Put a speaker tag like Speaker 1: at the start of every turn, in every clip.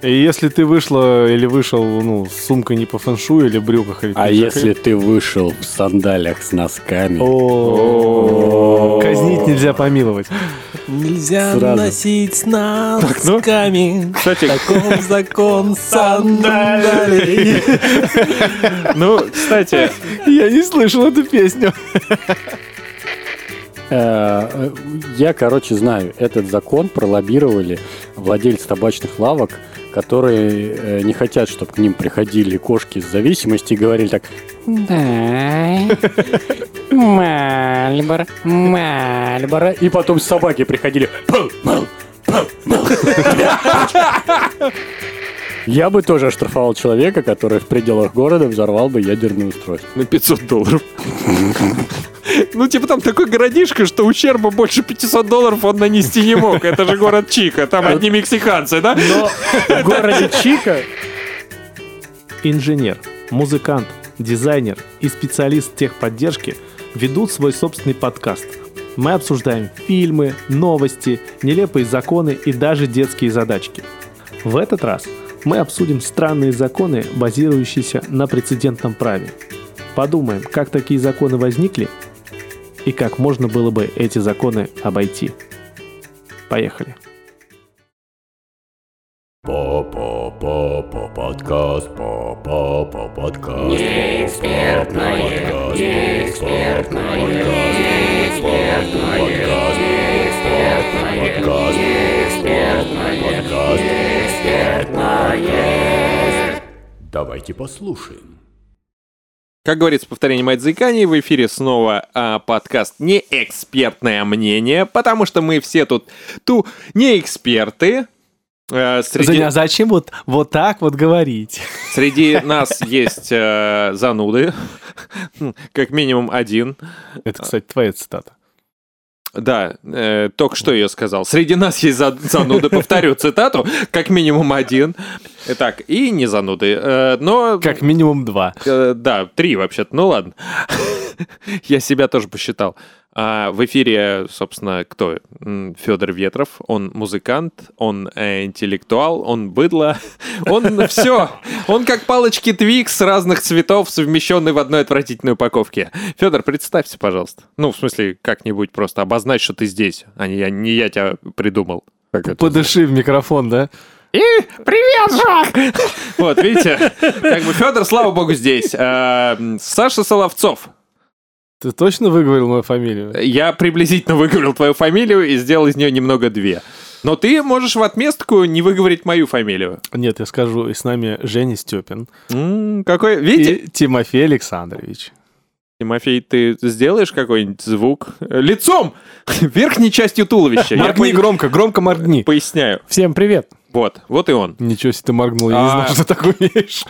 Speaker 1: И если ты вышла или вышел ну, с сумкой не по фэншу или брюках, или
Speaker 2: А
Speaker 1: пиджаке-
Speaker 2: если ты вышел в сандалях с носками,
Speaker 1: О, Казнить нельзя помиловать.
Speaker 3: Нельзя
Speaker 2: Сразу.
Speaker 3: носить с
Speaker 4: ну,
Speaker 3: носками.
Speaker 5: Кстати,
Speaker 3: Закон, закон, сандали.
Speaker 5: ну, кстати,
Speaker 1: Я не слышал эту песню.
Speaker 2: Э, Я, короче, знаю, этот закон пролоббировали владельцы табачных лавок, которые э, не хотят, чтобы к ним приходили кошки с зависимостью и говорили так,
Speaker 4: Дай. Мальборо, Мальборо.
Speaker 2: и потом собаки приходили. «Пу, мау, пу, мау». Я бы тоже оштрафовал человека, который в пределах города взорвал бы ядерное устройство.
Speaker 5: на 500 долларов. Ну, типа, там такой городишко, что ущерба больше 500 долларов он нанести не мог. Это же город Чика, там одни мексиканцы, да?
Speaker 2: Но в городе Чика
Speaker 1: Инженер, музыкант, дизайнер и специалист техподдержки ведут свой собственный подкаст. Мы обсуждаем фильмы, новости, нелепые законы и даже детские задачки. В этот раз мы обсудим странные законы, базирующиеся на прецедентном праве. Подумаем, как такие законы возникли и как можно было бы эти законы обойти. Поехали.
Speaker 6: Папа, подкаст, папа, подкаст. Неэкспертное, неэкспертное, неэкспертное, подкаст, неэкспертное, подкаст, неэкспертное. Давайте послушаем.
Speaker 5: Как говорится, повторение мать заикания, в эфире снова а, подкаст «Неэкспертное мнение», потому что мы все тут ту неэксперты. Э, среди,
Speaker 1: а зачем вот, вот так вот говорить?
Speaker 5: среди нас есть э, зануды, Ну, как минимум один.
Speaker 1: Это, кстати, твоя цитата.
Speaker 5: Да, э, только что я сказал. Среди нас есть за- зануды, повторю цитату, как минимум один. Итак, и не зануды, э, но...
Speaker 1: Как минимум два.
Speaker 5: Э, да, три вообще-то, ну ладно. Я себя тоже посчитал. А, в эфире, собственно, кто? Федор Ветров. Он музыкант, он э, интеллектуал, он быдло. Он все. Он как палочки Твикс разных цветов, совмещенные в одной отвратительной упаковке. Федор, представься, пожалуйста. Ну, в смысле, как-нибудь просто обозначь, что ты здесь, а не я, не я тебя придумал.
Speaker 2: Как это?
Speaker 1: Подыши в микрофон, да?
Speaker 5: Вот, видите, как бы Федор, слава богу, здесь. А, м, Саша Соловцов,
Speaker 1: Ты точно выговорил мою фамилию?
Speaker 5: Я приблизительно выговорил твою фамилию и сделал из нее немного две. Но ты можешь в отместку не выговорить мою фамилию.
Speaker 1: Нет, я скажу, и с нами Женя Степин
Speaker 5: М, какой? Видите,
Speaker 1: и Тимофей Александрович.
Speaker 5: Тимофей, ты сделаешь какой-нибудь звук Э, лицом, верхней частью туловища. Я
Speaker 1: Моргни
Speaker 5: пояс-
Speaker 1: громко, громко моргни.
Speaker 5: поясняю.
Speaker 1: Всем привет.
Speaker 5: Вот, вот и он.
Speaker 1: Ничего себе ты моргнул, я не
Speaker 5: А.
Speaker 1: знал, что так умеешь.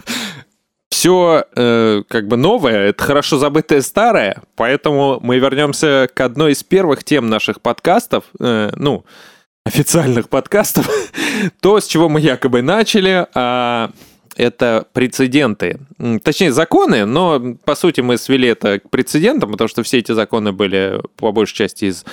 Speaker 5: Все э, как бы новое, это хорошо забытое старое, поэтому мы вернемся к одной из первых тем наших подкастов, э, ну, официальных подкастов, то, с чего мы якобы начали, а, это прецеденты. М, Точнее, законы, но, по сути, мы свели это к прецедентам, потому что все эти законы были, по большей части, из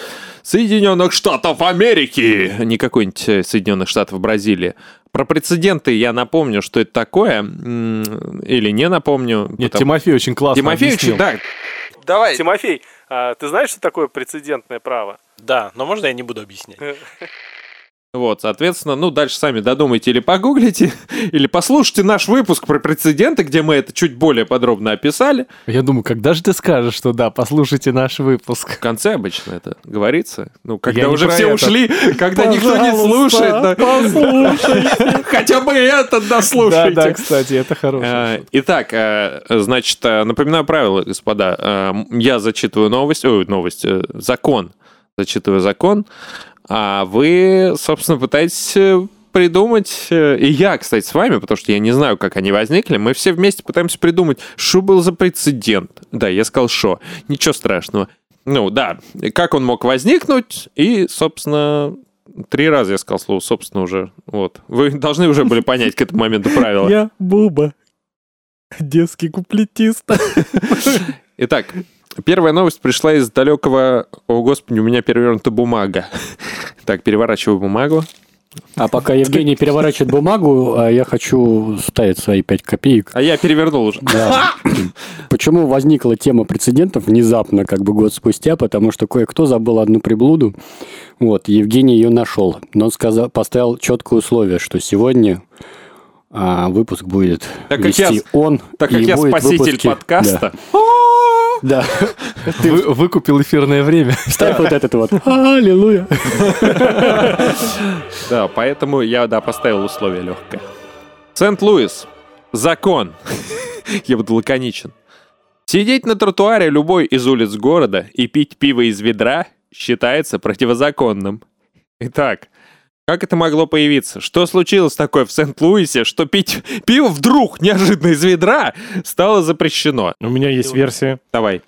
Speaker 5: Соединенных Штатов Америки, не какой-нибудь э, Соединенных Штатов Бразилии. Про прецеденты я напомню, что это такое, м, или не напомню.
Speaker 1: Нет,
Speaker 5: потому-
Speaker 1: Тимофей очень классно
Speaker 5: Тимофеевич,
Speaker 1: объяснил.
Speaker 5: да. Давай.
Speaker 1: Тимофей, а, ты знаешь, что такое прецедентное право?
Speaker 3: Да, но можно я не буду объяснять?
Speaker 5: Вот, соответственно, ну, дальше сами додумайте или погуглите, или послушайте наш выпуск про прецеденты, где мы это чуть более подробно описали.
Speaker 1: Я думаю, когда же ты скажешь, что да, послушайте наш выпуск.
Speaker 5: В конце обычно это говорится. Ну, когда
Speaker 1: Я не
Speaker 5: уже
Speaker 1: про
Speaker 5: все
Speaker 1: это.
Speaker 5: ушли, когда никто не слушает. да. Хотя бы это дослушайте.
Speaker 1: Да, да, кстати, это хорошее.
Speaker 5: Э, Итак, э, значит, э, напоминаю правила, господа. Э, м, Я зачитываю новость, ой, новость, э, закон. Зачитываю закон, а вы, собственно, пытаетесь э, придумать, э, и я, кстати, с вами, потому что я не знаю, как они возникли, мы все вместе пытаемся придумать, что был за прецедент. Да, я сказал, что. Ничего страшного. Ну, да, как он мог возникнуть, и, собственно, три раза я сказал слово, собственно, уже. Вот. Вы должны уже были понять к этому моменту правила.
Speaker 4: Я Буба. Детский куплетист.
Speaker 5: Итак, первая новость пришла из далекого... О, господи, у меня перевернута бумага. Так, переворачиваю бумагу.
Speaker 2: А пока Евгений переворачивает бумагу, а я хочу ставить свои 5 копеек.
Speaker 5: А я перевернул уже.
Speaker 2: Да. Почему возникла тема прецедентов внезапно, как бы год спустя, потому что кое-кто забыл одну приблуду. Вот, Евгений ее нашел. Но он сказал, поставил четкое условие, что сегодня а, выпуск будет
Speaker 5: Так как
Speaker 2: вести
Speaker 5: я с-
Speaker 2: он.
Speaker 5: Так как
Speaker 2: и
Speaker 5: я
Speaker 2: будет
Speaker 5: спаситель
Speaker 2: выпуски-
Speaker 5: подкаста.
Speaker 2: Да. да.
Speaker 1: Вы- выкупил эфирное время.
Speaker 2: Ставь вот этот вот. Аллилуйя.
Speaker 5: Да, поэтому я, да, поставил условие легкое. Сент-Луис. Закон. Я буду лаконичен. Сидеть на тротуаре любой из улиц города и пить пиво из ведра считается противозаконным. Итак, как это могло появиться? Что случилось такое в Сент-Луисе, что пить пиво вдруг неожиданно из ведра стало запрещено?
Speaker 4: У меня есть версия.
Speaker 5: Давай.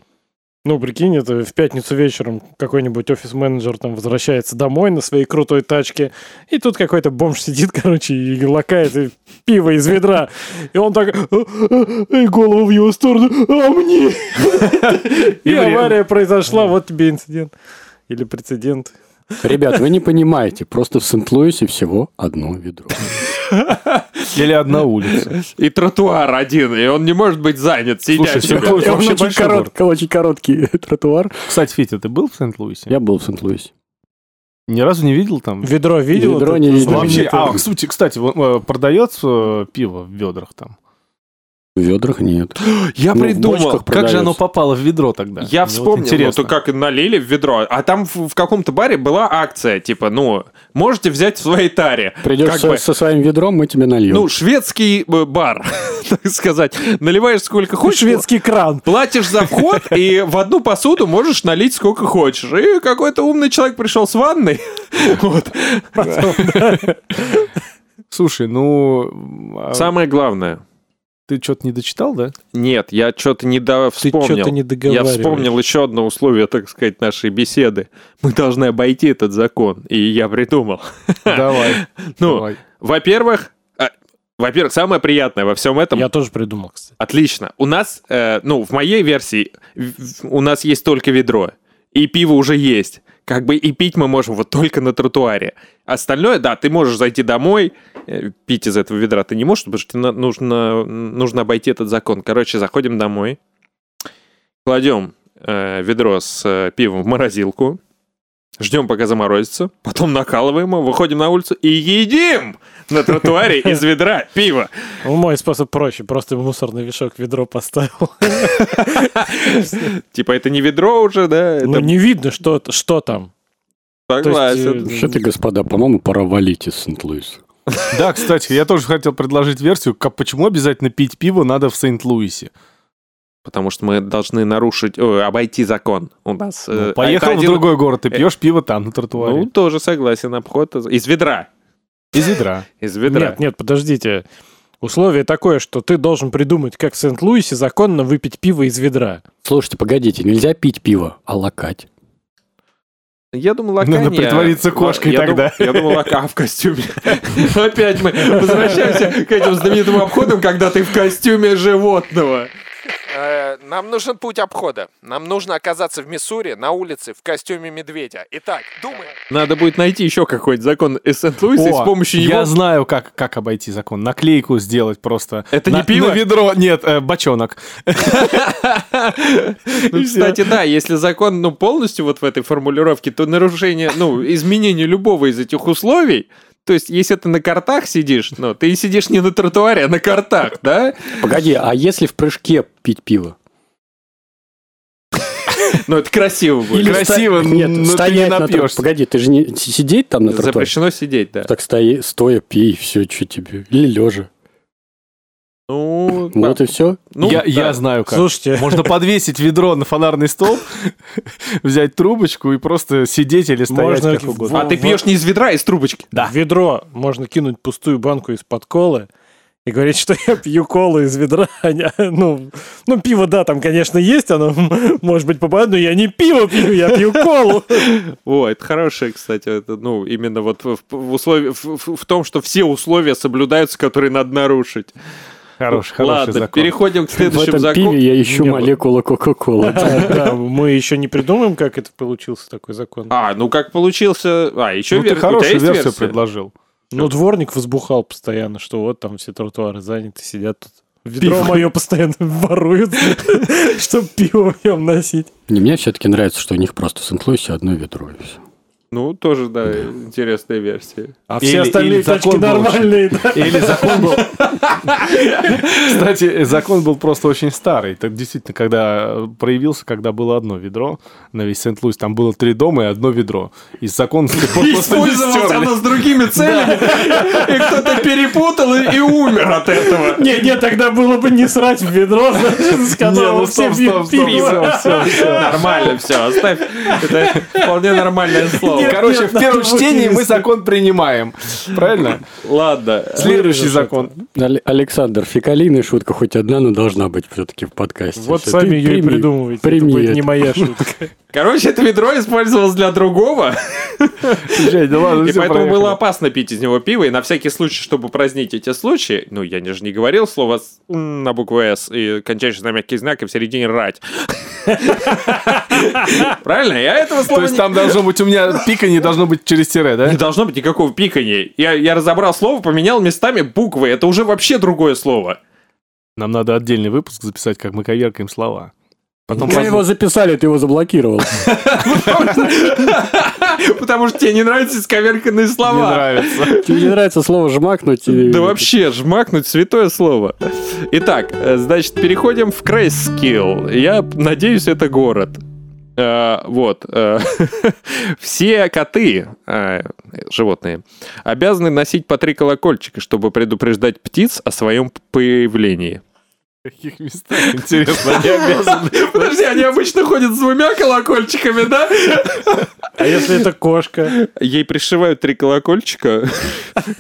Speaker 4: Ну, прикинь, это в пятницу вечером какой-нибудь офис-менеджер там возвращается домой на своей крутой тачке, и тут какой-то бомж сидит, короче, и лакает и пиво из ведра. И он так... «А, а, И голову в его сторону, а мне! И авария произошла, вот тебе инцидент. Или прецедент.
Speaker 2: Ребят, вы не понимаете, просто в Сент-Луисе всего одно ведро.
Speaker 1: Или одна улица.
Speaker 5: И тротуар один, и он не может быть занят. Сидя
Speaker 1: Слушай, Сент-Луис
Speaker 2: Он
Speaker 1: вообще
Speaker 2: очень,
Speaker 1: большой город.
Speaker 2: коротко- очень короткий тротуар.
Speaker 1: Кстати, Фитя, ты был в Сент-Луисе?
Speaker 2: Я был в Сент-Луисе.
Speaker 1: Ни разу не видел там?
Speaker 4: Ведро видел?
Speaker 2: Ведро
Speaker 4: вот
Speaker 2: не
Speaker 4: это?
Speaker 2: видел.
Speaker 1: Вообще,
Speaker 4: Знаменитое.
Speaker 1: а, кстати, кстати, вот, э, продается э, пиво в ведрах там?
Speaker 2: В ведрах нет.
Speaker 5: Я
Speaker 2: Ну, в
Speaker 5: придумал.
Speaker 2: бочках
Speaker 1: Как же оно
Speaker 2: продается.
Speaker 1: попало в ведро тогда? Мне
Speaker 5: Я
Speaker 1: вот
Speaker 5: вспомнил, ну,
Speaker 1: интересно.
Speaker 5: то как налили в ведро. А там в, в каком-то баре была акция, типа, ну, можете взять в своей таре.
Speaker 2: Придешь
Speaker 5: Как
Speaker 2: со,
Speaker 5: бы,
Speaker 2: со своим ведром, мы тебе нальем.
Speaker 5: ну, шведский э, бар, так сказать. Наливаешь сколько хочешь.
Speaker 4: Шведский кран.
Speaker 5: Платишь за вход, и в одну посуду можешь налить сколько хочешь. И какой-то умный человек пришел с ванной. Вот.
Speaker 1: Слушай, ну... а
Speaker 5: Самое главное.
Speaker 1: Ты что-то не дочитал, да?
Speaker 5: Нет, я что-то не до... вспомнил.
Speaker 4: чё-то не
Speaker 5: Я
Speaker 4: договариваешь.
Speaker 5: вспомнил еще одно условие, так сказать, нашей беседы. Мы должны обойти этот закон, и я придумал.
Speaker 1: Давай.
Speaker 5: Ну,
Speaker 1: давай.
Speaker 5: во-первых, а, во-первых, самое приятное во всем этом.
Speaker 4: Я тоже придумал, кстати.
Speaker 5: Отлично. У нас, э, ну, в моей версии в- в- у нас есть только ведро, и пиво уже есть. Как бы и пить мы можем вот только на тротуаре. Остальное, да, ты можешь зайти домой, э, пить из этого ведра ты не можешь, потому что тебе на- нужно, нужно обойти этот закон. Короче, заходим домой, кладем э, ведро с э, пивом в морозилку, ждем, пока заморозится, потом накалываем его, выходим на улицу и едим на тротуаре из ведра пиво.
Speaker 4: Ну, Мой способ проще, просто в мусорный мешок ведро поставил.
Speaker 5: Типа это не ведро уже, да? Это
Speaker 4: Ну, не видно, что, что там. То есть,
Speaker 5: согласен.
Speaker 4: э,
Speaker 2: Вообще-то, господа, по-моему, пора валить из Сент-Луиса.
Speaker 1: Да, кстати, я тоже хотел предложить версию, как, почему обязательно пить пиво надо в Сент-Луисе.
Speaker 5: Потому что мы должны нарушить, ой, обойти закон. У нас
Speaker 1: Ну,
Speaker 5: э,
Speaker 1: поехал
Speaker 5: это
Speaker 1: в
Speaker 5: один- Э,
Speaker 1: другой город и пьешь пиво там, на
Speaker 5: Ну,
Speaker 1: тротуаре.
Speaker 5: тоже согласен, обход из- из ведра.
Speaker 1: Из ведра.
Speaker 5: Из ведра.
Speaker 1: ну,
Speaker 4: Нет, нет, подождите. Условие такое, что ты должен придумать, как в Сент-Луисе законно выпить пиво из ведра.
Speaker 2: Слушайте, погодите, нельзя пить пиво, а лакать.
Speaker 5: Я думал, лаканья...
Speaker 1: Надо притвориться кошкой
Speaker 5: Я
Speaker 1: тогда.
Speaker 5: дум- Я думал, лака в костюме. Опять мы возвращаемся к этим знаменитым обходам, когда ты в костюме животного.
Speaker 7: Э, Нам нужен путь обхода. Нам нужно оказаться в Миссури на улице в костюме медведя. Итак, думаем.
Speaker 5: Надо будет найти еще какой-нибудь закон из Сент-Луиса, и с
Speaker 1: О,
Speaker 5: помощью
Speaker 1: я
Speaker 5: него...
Speaker 1: знаю, как, как обойти закон. Наклейку сделать просто.
Speaker 5: Это не
Speaker 1: На-
Speaker 5: пиво?
Speaker 1: На ведро, нет, э, бочонок.
Speaker 5: Ну, кстати, да, если закон ну, полностью вот в этой формулировке, то нарушение, ну, изменение любого из этих условий, то есть, если ты на картах сидишь, ну, ты сидишь не на тротуаре, а на картах, да?
Speaker 2: Погоди, а если в прыжке пить пиво?
Speaker 5: Ну, это красиво будет.
Speaker 1: Или Красиво,
Speaker 2: ста-
Speaker 1: но
Speaker 4: ну
Speaker 1: ты не
Speaker 2: на тро-
Speaker 1: напьешься.
Speaker 2: Погоди, ты же не с- сидеть там на тротуаре?
Speaker 5: Запрещено сидеть, да.
Speaker 2: Так стоя, стоя пей, все, что тебе. Или лежа.
Speaker 5: Ну,
Speaker 2: Вот и все.
Speaker 5: ну,
Speaker 1: я,
Speaker 5: да.
Speaker 1: я знаю, как.
Speaker 4: Слушайте,
Speaker 1: Можно подвесить ведро на фонарный столб, взять трубочку и просто сидеть или стоять
Speaker 4: Можно
Speaker 1: как
Speaker 4: в-
Speaker 1: угодно.
Speaker 5: А ты пьешь не из ведра, а из трубочки.
Speaker 4: в ведро можно кинуть пустую банку из-под колы и говорить, что я пью колу из ведра. а не- Ну, ну, пиво, да, там, конечно, есть, оно, может быть, попадает, но я не пиво пью, я пью колу.
Speaker 5: О, это хорошее, кстати, это, ну, именно вот в, в условии, в, в- в том, что все условия соблюдаются, которые надо нарушить.
Speaker 1: Хороший,
Speaker 5: Ладно,
Speaker 1: хороший закон. Ну,
Speaker 5: переходим к
Speaker 2: В
Speaker 5: следующему
Speaker 2: этом
Speaker 5: закону.
Speaker 2: пиве я ищу
Speaker 4: Не было.
Speaker 2: молекулу Кока-Колы.
Speaker 4: Да, мы еще не придумаем, как это получился такой закон.
Speaker 5: А, ну как получился... А, еще
Speaker 1: Ну, ты
Speaker 5: вер- у тебя
Speaker 1: хорошую
Speaker 5: есть
Speaker 1: версию
Speaker 5: версия?
Speaker 1: предложил.
Speaker 4: Ну, дворник возбухал постоянно, что вот там все тротуары заняты, сидят тут. Ведро мое постоянно воруют, чтобы пиво в нем носить.
Speaker 2: Не, мне все-таки нравится, что у них просто в Сент-Луисе одно ведро. и всё.
Speaker 5: Ну, тоже, да, интересная версия.
Speaker 4: А
Speaker 1: Или-
Speaker 4: все
Speaker 1: или
Speaker 4: остальные тачки
Speaker 1: закон был
Speaker 4: нормальные, да?
Speaker 1: Или закон был... Кстати, закон был просто очень старый. Так действительно, когда э, проявился, когда было одно ведро на весь Сент-Луис, там было три дома и одно ведро. И закон с тех пор просто не
Speaker 5: Использовалось
Speaker 1: стерли.
Speaker 5: оно с другими целями, и кто-то перепутал и, и умер от этого.
Speaker 4: Не, не, тогда было бы не срать в ведро, значит, с
Speaker 1: Не, ну
Speaker 4: которого
Speaker 1: стоп,
Speaker 4: все
Speaker 1: стоп, стоп,
Speaker 4: пьют пиво.
Speaker 1: стоп, стоп, стоп.
Speaker 5: Нормально все, оставь. Это вполне нормальное слово.
Speaker 1: Короче, в первом
Speaker 4: надо
Speaker 1: чтении мы
Speaker 4: вынести.
Speaker 1: закон принимаем. Правильно?
Speaker 5: Ладно.
Speaker 1: Следующий закон.
Speaker 2: Але- Александр, фекалийная шутка хоть одна, но должна быть все-таки в подкасте.
Speaker 4: Вот
Speaker 2: Всё,
Speaker 4: сами
Speaker 2: ты
Speaker 4: ее и
Speaker 2: прими.
Speaker 4: придумывайте.
Speaker 2: прими
Speaker 4: это будет не
Speaker 2: это.
Speaker 4: моя шутка.
Speaker 5: Короче, это ведро использовалось для другого,
Speaker 1: Жень, да ладно,
Speaker 5: и
Speaker 1: всё,
Speaker 5: поэтому
Speaker 1: проехали.
Speaker 5: было опасно пить из него пиво, и на всякий случай, чтобы празднить эти случаи, ну, я же не говорил слово «с» на букву «С» и кончающий на мягкий знак, и в середине «рать». Правильно? Я этого
Speaker 1: То
Speaker 5: слова
Speaker 1: есть
Speaker 5: не-
Speaker 1: там должно быть у меня пика не должно быть через тире, да?
Speaker 5: Не должно быть никакого пикания. Я, я разобрал слово, поменял местами буквы. Это уже вообще другое слово.
Speaker 1: Нам надо отдельный выпуск записать, как мы коверкаем слова.
Speaker 5: Ну,
Speaker 1: Потом
Speaker 2: Мы его записали, ты его заблокировал.
Speaker 5: Потому что тебе не нравятся исковерканные
Speaker 1: не
Speaker 5: слова.
Speaker 1: нравится.
Speaker 2: Тебе не нравится слово «жмакнуть»? и-
Speaker 5: Да вообще, жмакнуть святое слово. Итак, э, значит, переходим в Крейскилл. Я надеюсь, это город. Э, вот. э, Все коты, э, животные, обязаны носить по три колокольчика, чтобы предупреждать птиц о своем появлении.
Speaker 1: В каких местах, интересно, они обязаны?
Speaker 5: Подожди, они обычно ходят с двумя колокольчиками, да?
Speaker 4: А если это кошка?
Speaker 5: Ей пришивают три колокольчика,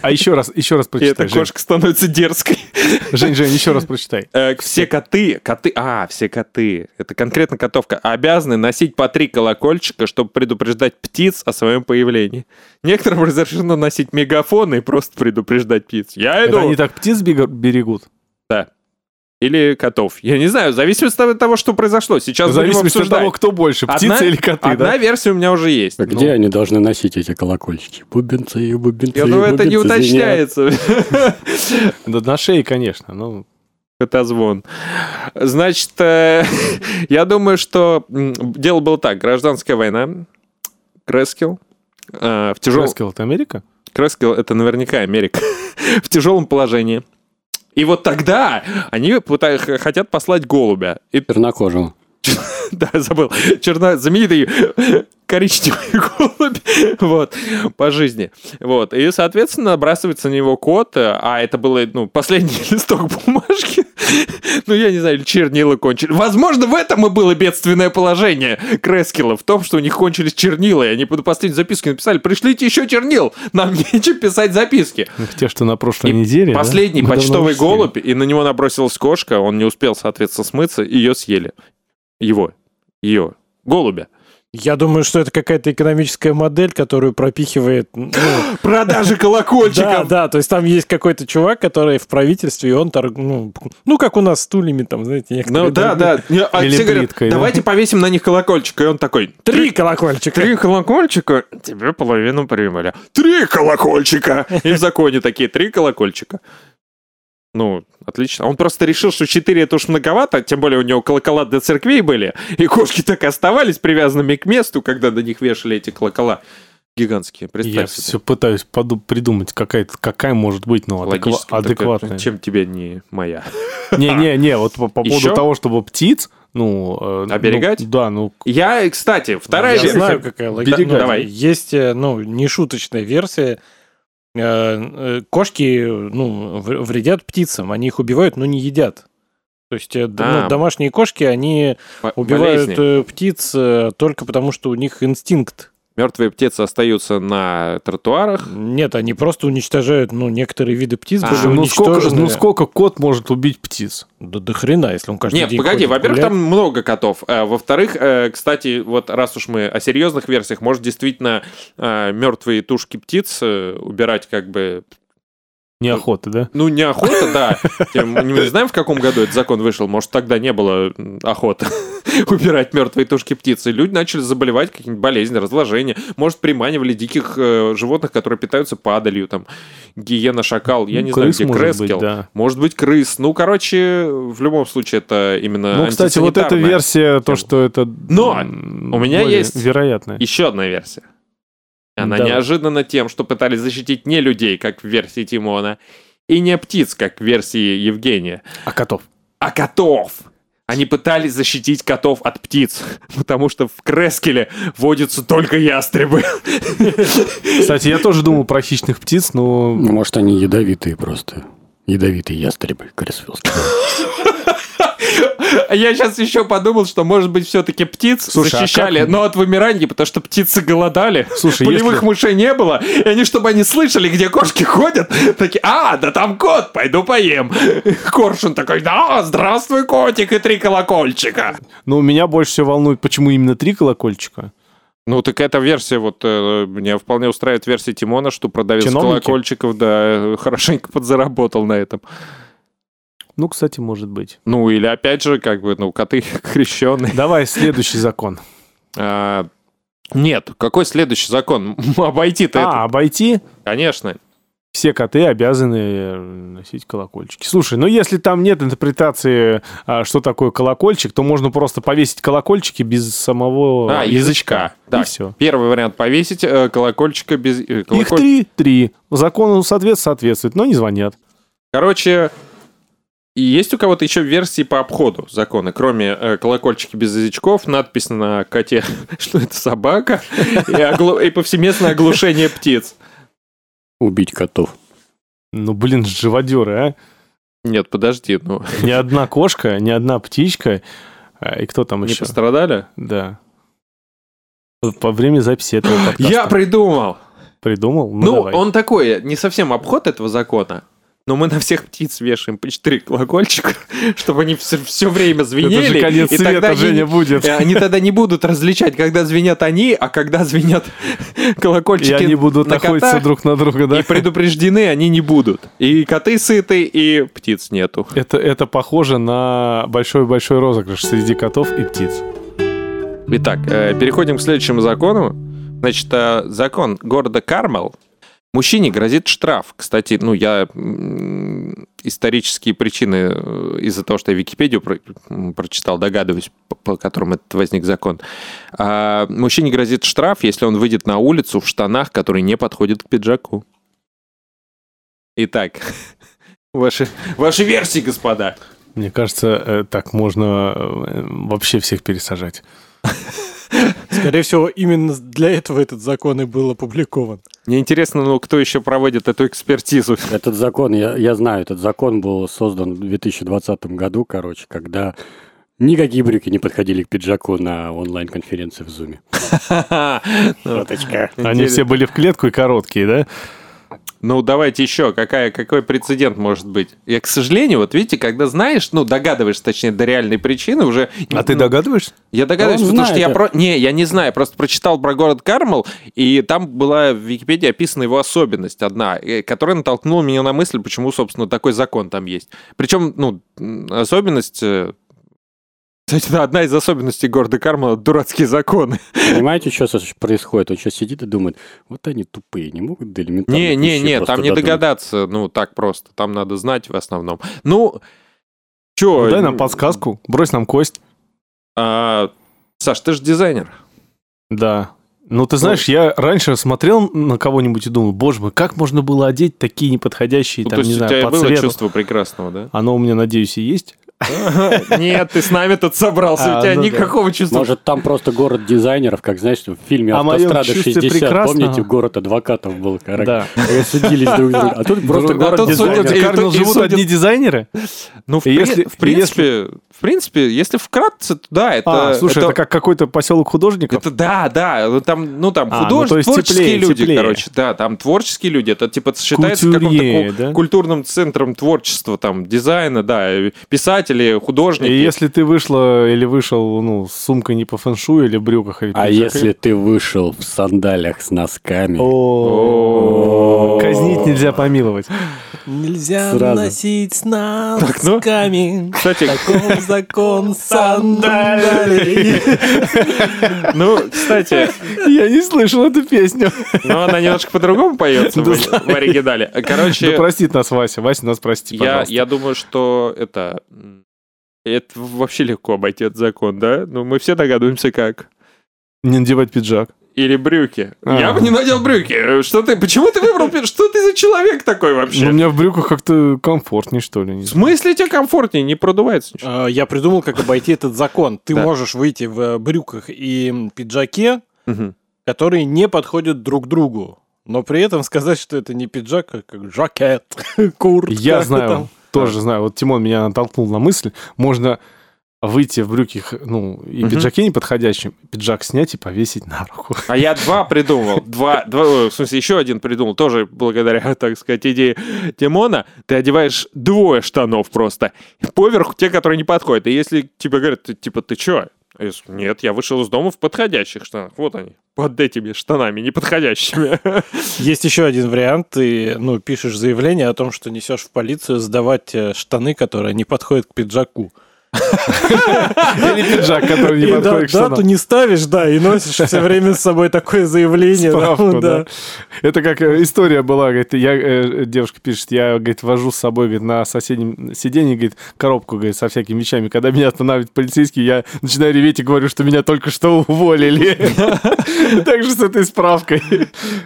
Speaker 1: А еще раз, еще раз
Speaker 5: и эта
Speaker 1: прочитай, Жень.
Speaker 5: кошка становится дерзкой.
Speaker 1: Жень, Жень, еще раз прочитай.
Speaker 5: Э, Все коты, коты, а, все коты, это конкретно котовка, обязаны носить по три колокольчика, чтобы предупреждать птиц о своем появлении. Некоторым разрешено носить мегафоны и просто предупреждать птиц. Я
Speaker 1: Это
Speaker 5: иду!
Speaker 1: они так птиц бега- берегут?
Speaker 5: Или котов. Я не знаю, в зависимости от того, что произошло. Сейчас
Speaker 1: В
Speaker 5: будем
Speaker 1: зависимости от
Speaker 5: обсуждать.
Speaker 1: того, кто больше,
Speaker 5: Одна-
Speaker 1: птицы или коты,
Speaker 5: Одна
Speaker 1: да?
Speaker 5: версия у меня уже есть. Ну,
Speaker 2: А где они должны носить эти колокольчики? Бубенцы и бубенцы.
Speaker 5: Я думаю, это не
Speaker 2: бубенцы звенят.
Speaker 5: уточняется.
Speaker 1: Да на шее, конечно. Ну,
Speaker 5: Котозвон. Значит, э, я думаю, что м, дело было так. Гражданская война. Крескил. э, в тяжелом...
Speaker 1: Джескилл, это Америка?
Speaker 5: Крескил — это наверняка Америка. в тяжелом положении. И вот тогда они пыта- х- хотят послать голубя. И,
Speaker 2: Чернокожего.
Speaker 5: да, забыл. Черно... Знаменитый коричневый голубь. вот. По жизни. Вот. И, соответственно, бросается на него кот. э, А это был, ну, последний листок бумажки. ну, я не знаю, или чернила кончили. Возможно, в этом и было бедственное положение Крескила. В том, что у них кончились чернила. И они под последнюю записку написали, пришлите еще чернил. Нам нечем писать записки.
Speaker 1: Ну, Те, что на прошлой
Speaker 5: И
Speaker 1: неделе. да?
Speaker 5: Последний
Speaker 1: Мы давно
Speaker 5: почтовый
Speaker 1: вышли.
Speaker 5: голубь, и на него набросилась кошка, он не успел, соответственно, смыться, и ее съели. Его. Ее. Голубя.
Speaker 4: Я думаю, что это какая-то экономическая модель, которую пропихивает... ну,
Speaker 5: Продажи
Speaker 4: Да,
Speaker 5: колокольчиков.
Speaker 4: да, то есть там есть какой-то чувак, который в правительстве, и он торг... ну, ну, как у нас стульями там, знаете, некоторые...
Speaker 5: Ну да, да. Не, а
Speaker 1: Или
Speaker 5: все говорят,
Speaker 1: плиткой, да.
Speaker 5: давайте повесим на них колокольчик. И он такой,
Speaker 4: Три
Speaker 5: три
Speaker 4: колокольчика.
Speaker 5: Три колокольчика, тебе половину прибыли. Три колокольчика! И в законе такие три колокольчика. Ну, отлично. Он просто решил, что четыре это уж многовато, тем более у него колокола до церквей были, и кошки так и оставались привязанными к месту, когда на них вешали эти колокола гигантские. Представь
Speaker 1: Я
Speaker 5: себе.
Speaker 1: все пытаюсь поду- придумать, какая, какая может быть, ну, адеква-
Speaker 5: Логически такая, типа,
Speaker 1: адекватная.
Speaker 5: чем тебе не моя?
Speaker 1: Не-не-не, вот по, по поводу
Speaker 5: Ещё?
Speaker 1: того, чтобы птиц, ну... э, ну,
Speaker 5: Оберегать?
Speaker 1: да, ну,
Speaker 5: Я, кстати, вторая
Speaker 4: Я
Speaker 5: версия.
Speaker 4: знаю, какая логика.
Speaker 5: Берегай.
Speaker 4: Ну,
Speaker 5: Давай.
Speaker 4: Есть, э, ну, нешуточная версия. Э, э, Кошки, ну, в- вредят птицам. Они их убивают, но не едят. То есть э, д- ну,
Speaker 5: А.
Speaker 4: домашние кошки, они
Speaker 5: Бо-
Speaker 4: убивают
Speaker 5: болезни.
Speaker 4: э, птиц э, только потому, что у них инстинкт.
Speaker 5: Мертвые птицы остаются на тротуарах.
Speaker 4: Нет, они просто уничтожают, ну, некоторые виды птиц.
Speaker 5: А,
Speaker 4: были
Speaker 1: ну, сколько,
Speaker 4: уничтожены.
Speaker 1: ну сколько кот может убить птиц?
Speaker 4: Да до хрена, если он каждый
Speaker 5: Нет,
Speaker 4: день
Speaker 5: погоди,
Speaker 4: ходит
Speaker 5: во-первых,
Speaker 4: гулять.
Speaker 5: там много котов. А, Во-вторых, э, кстати, вот раз уж мы о серьезных версиях, может, действительно мертвые тушки птиц э, убирать как э, бы
Speaker 1: Неохота, да?
Speaker 5: Ну, неохота, да. Я- Мы не знаем, в каком году этот закон вышел. Может, тогда не было м, охоты убирать мертвые тушки птиц. И люди начали заболевать какие-нибудь болезни, разложения. Может, приманивали диких э, животных, которые питаются падалью. Там гиена, шакал, я не
Speaker 1: Ну, Крыс,
Speaker 5: знаю, где
Speaker 1: может быть,
Speaker 5: крескел.
Speaker 1: да.
Speaker 5: Может быть, крыс. Ну, короче, в любом случае, это именно
Speaker 1: Ну, кстати, вот эта
Speaker 5: Э, антисанитарная.
Speaker 1: версия, то,
Speaker 5: тема.
Speaker 1: что это...
Speaker 5: Но
Speaker 1: м,
Speaker 5: у меня
Speaker 1: более
Speaker 5: есть-
Speaker 1: Вероятная.
Speaker 5: Еще одна версия. Она
Speaker 1: Давай.
Speaker 5: неожиданна тем, что пытались защитить не людей, как в версии Тимона, и не птиц, как в версии Евгения,
Speaker 1: А котов?
Speaker 5: а котов. Они пытались защитить котов от птиц, потому что в Крескеле водятся только ястребы.
Speaker 1: Кстати, я тоже думал про хищных птиц, но...
Speaker 2: Ну, Может, они ядовитые просто. Ядовитые ястребы, Крисфилдские.
Speaker 5: А Я сейчас еще подумал, что, может быть, все-таки птиц
Speaker 1: Слушай, а
Speaker 5: защищали,
Speaker 1: как-
Speaker 5: но от вымирания, потому что птицы голодали.
Speaker 1: Слушай,
Speaker 5: Полевых
Speaker 1: если-
Speaker 5: мышей не было, и они, чтобы они слышали, где кошки ходят, такие, а, да там кот, пойду поем. Коршун такой, да, здравствуй, котик, и три колокольчика.
Speaker 1: Но меня больше всего волнует, почему именно три колокольчика.
Speaker 5: Ну, так эта версия, вот, э, меня вполне устраивает версия Тимона, что продавец
Speaker 1: Чиновники?
Speaker 5: колокольчиков, да, э, хорошенько подзаработал на этом.
Speaker 1: Ну, кстати, может быть.
Speaker 5: Ну, или опять же, как бы, ну, коты крещеные.
Speaker 1: Давай следующий закон.
Speaker 5: А, Нет, какой следующий закон? Обойти-то это.
Speaker 1: А, обойти?
Speaker 5: Конечно.
Speaker 1: Все коты обязаны э, носить колокольчики. Слушай, ну если там нет интерпретации, а, что такое колокольчик, то можно просто повесить колокольчики без самого
Speaker 5: А,
Speaker 1: э,
Speaker 5: язычка.
Speaker 1: И
Speaker 5: Да.
Speaker 1: все.
Speaker 5: Первый вариант повесить э, колокольчика без... э,
Speaker 1: Их
Speaker 5: колоколь-
Speaker 1: три, три. Закону соответствует, соответствует, но не звонят.
Speaker 5: Короче, и есть у кого-то еще версии по обходу закона, кроме э, колокольчики без язычков, надпись на коте, что это собака, и, оглу- и повсеместное оглушение птиц.
Speaker 2: Убить котов.
Speaker 1: Ну, блин, живодеры,
Speaker 5: Нет, подожди, ну,
Speaker 1: а. Ни одна кошка, ни одна птичка. а, И кто там
Speaker 5: не
Speaker 1: еще?
Speaker 5: пострадали?
Speaker 1: Да. По время записи этого подкаста.
Speaker 5: Я придумал!
Speaker 1: придумал. Ну,
Speaker 5: Ну,
Speaker 1: давай.
Speaker 5: он такой, не совсем обход этого закона, но мы на всех птиц вешаем по четыре колокольчика, чтобы они все, время звенели.
Speaker 1: Это же конец
Speaker 5: и тогда
Speaker 1: света,
Speaker 5: они-
Speaker 1: Женя, будет.
Speaker 5: И Они тогда не будут различать, когда звенят они, а когда звенят
Speaker 1: И
Speaker 5: колокольчики
Speaker 1: они будут
Speaker 5: на
Speaker 1: находиться
Speaker 5: котах,
Speaker 1: друг на друга, да?
Speaker 5: И предупреждены они не будут. И коты сыты, и птиц нету.
Speaker 1: Это, это похоже на большой-большой розыгрыш среди котов и птиц.
Speaker 5: Итак, э, переходим к следующему закону. Значит, э, закон города Кармел. Мужчине грозит штраф. Кстати, ну, я м, исторические причины э, из-за того, что я Википедию про- м, прочитал, догадываюсь, по, по которым этот возник закон. А, мужчине грозит штраф, если он выйдет на улицу в штанах, которые не подходят к пиджаку. Итак, ваши, ваши версии, господа.
Speaker 1: Мне кажется, э, так можно э, вообще всех пересажать.
Speaker 8: Скорее всего, именно для этого этот закон и был опубликован.
Speaker 5: Мне интересно, ну, кто еще проводит эту экспертизу?
Speaker 2: Этот закон, я, я знаю, этот закон был создан в 2020 году, короче, когда никакие брюки не подходили к пиджаку на онлайн-конференции в Зуме.
Speaker 1: Они все были в клетку и короткие, да?
Speaker 5: Ну, давайте еще. Какая, какой прецедент может быть? Я, к сожалению, вот видите, когда знаешь, ну, догадываешься, точнее, до реальной причины уже... Ну,
Speaker 1: догадываешься?
Speaker 5: Я догадываюсь,
Speaker 2: А Да он
Speaker 5: потому что я
Speaker 2: знает
Speaker 5: про... Не, я не знаю, я просто прочитал про город Кармел, и там была в Википедии описана его особенность одна, э, которая натолкнула меня на мысль, почему, собственно, такой закон там есть. Причем, ну, м, особенность... э, Кстати, да, одна из особенностей города Кармела — дурацкие законы.
Speaker 2: Понимаете, что сейчас происходит? Он сейчас сидит и думает, вот они тупые, не могут до элементарных
Speaker 5: Не, не,
Speaker 2: вещей
Speaker 5: не,
Speaker 2: просто
Speaker 5: там не
Speaker 2: додумать».
Speaker 5: догадаться, ну так просто, там надо знать в основном. Ну, чё?
Speaker 1: Ну, Дай нам подсказку, брось нам кость.
Speaker 5: А, Саш, ты же дизайнер.
Speaker 1: Да. Ну, ты знаешь, я раньше смотрел на кого-нибудь и думал, боже мой, как можно было одеть такие неподходящие,
Speaker 5: Ну,
Speaker 1: там,
Speaker 5: то
Speaker 1: не
Speaker 5: есть у
Speaker 1: знаю,
Speaker 5: тебя
Speaker 1: по
Speaker 5: было
Speaker 1: цвету?
Speaker 5: чувство прекрасного, да?
Speaker 1: Оно у меня, надеюсь, и есть.
Speaker 5: Нет, ты с нами тут собрался,
Speaker 1: А,
Speaker 5: у тебя
Speaker 1: ну да.
Speaker 5: никакого чувства.
Speaker 2: Может, там просто город дизайнеров, как, знаешь, в фильме
Speaker 1: О моем
Speaker 2: «Автострада
Speaker 1: чувстве
Speaker 2: 60»,
Speaker 1: А прекрасного.
Speaker 2: помните, город адвокатов был, короче.
Speaker 1: Да.
Speaker 2: Когда Судились друг с другом. А тут просто
Speaker 5: А
Speaker 2: город
Speaker 5: тут
Speaker 2: дизайнеров.
Speaker 5: судят- и
Speaker 1: Кармел
Speaker 5: тут- и
Speaker 1: живут
Speaker 5: судят-
Speaker 1: одни дизайнеры?
Speaker 5: Ну, в,
Speaker 1: И
Speaker 5: при-
Speaker 1: если-
Speaker 5: в принципе, в принципе, если вкратце, то да, это...
Speaker 1: А, слушай, это
Speaker 5: это-
Speaker 1: как какой-то поселок художников?
Speaker 5: это да, да, ну там, ну там
Speaker 1: А, ну,
Speaker 5: худож-
Speaker 1: то есть
Speaker 5: творческие
Speaker 1: теплее,
Speaker 5: люди,
Speaker 1: теплее.
Speaker 5: короче, да, там творческие люди, это типа считается каким-то
Speaker 1: Кутюрье,
Speaker 5: ку-
Speaker 1: да?
Speaker 5: культурным центром творчества, там дизайна, да, э, писатели, художники.
Speaker 1: И если ты вышла или вышел, ну, с сумкой не по фэншу или брюках, или
Speaker 2: А
Speaker 1: пиджаке-
Speaker 2: если ты вышел в сандалях с носками?
Speaker 1: О, Казнить нельзя помиловать.
Speaker 3: Нельзя
Speaker 2: Сразу.
Speaker 3: носить с носками.
Speaker 5: ну, Кстати,
Speaker 3: Таков закон сандалий.
Speaker 5: ну, кстати,
Speaker 1: Я не слышал эту песню.
Speaker 5: но Ну, она немножко по-другому поется в, в оригинале.
Speaker 1: Да
Speaker 5: Короче,
Speaker 1: простит нас Вася, Вася нас прости,
Speaker 5: я,
Speaker 1: пожалуйста.
Speaker 5: я думаю, что это... м, Это вообще легко обойти этот закон, да? Ну, мы все догадываемся, как.
Speaker 1: Не надевать пиджак.
Speaker 5: Или брюки.
Speaker 1: А.
Speaker 5: Я бы не надел брюки. Что ты? Почему ты выбрал? пи- Что ты за человек такой
Speaker 1: Ну, у
Speaker 5: вообще?
Speaker 1: меня в брюках как-то комфортнее, что ли. не
Speaker 5: В
Speaker 1: знаю.
Speaker 5: смысле тебе комфортнее? Не продувается ничего.
Speaker 4: Э, Я придумал, как обойти этот закон. Ты
Speaker 5: Да.
Speaker 4: можешь выйти в э, брюках и м, пиджаке,
Speaker 5: Мгм.
Speaker 4: которые не подходят друг другу. Но при этом сказать, что это не пиджак, а как жакет, куртка.
Speaker 1: Я знаю,
Speaker 4: там.
Speaker 1: тоже знаю. Вот Тимон меня натолкнул на мысль. Можно выйти в брюки, ну, и
Speaker 5: Мгм.
Speaker 1: пиджаке неподходящем, пиджак снять и повесить на руку.
Speaker 5: А я два придумал. Два, два, э, в смысле, еще один придумал, тоже благодаря, так сказать, идее Тимона. Ты одеваешь двое штанов просто. Поверху те, которые не подходят. И если тебе говорят, ты, типа, ты че? Я говорю, Нет, я вышел из дома в подходящих штанах. Вот они, под этими штанами неподходящими.
Speaker 4: Есть еще один вариант. Ты ну, пишешь заявление о том, что несешь в полицию сдавать э, штаны, которые не подходят к пиджаку.
Speaker 1: Или пиджак, который не
Speaker 4: И да-
Speaker 1: подходит к штанам.
Speaker 4: дату не ставишь, да, и носишь все время с собой такое заявление. да, ну
Speaker 1: Справку,
Speaker 4: да.
Speaker 1: да. Это как э, история была, говорит, я, э, девушка пишет, я, говорит, вожу с собой, говорит, на соседнем сиденье, говорит, коробку, говорит, со всякими вещами. Когда меня останавливает полицейский, я начинаю реветь и говорю, что меня только что уволили. Также с этой справкой.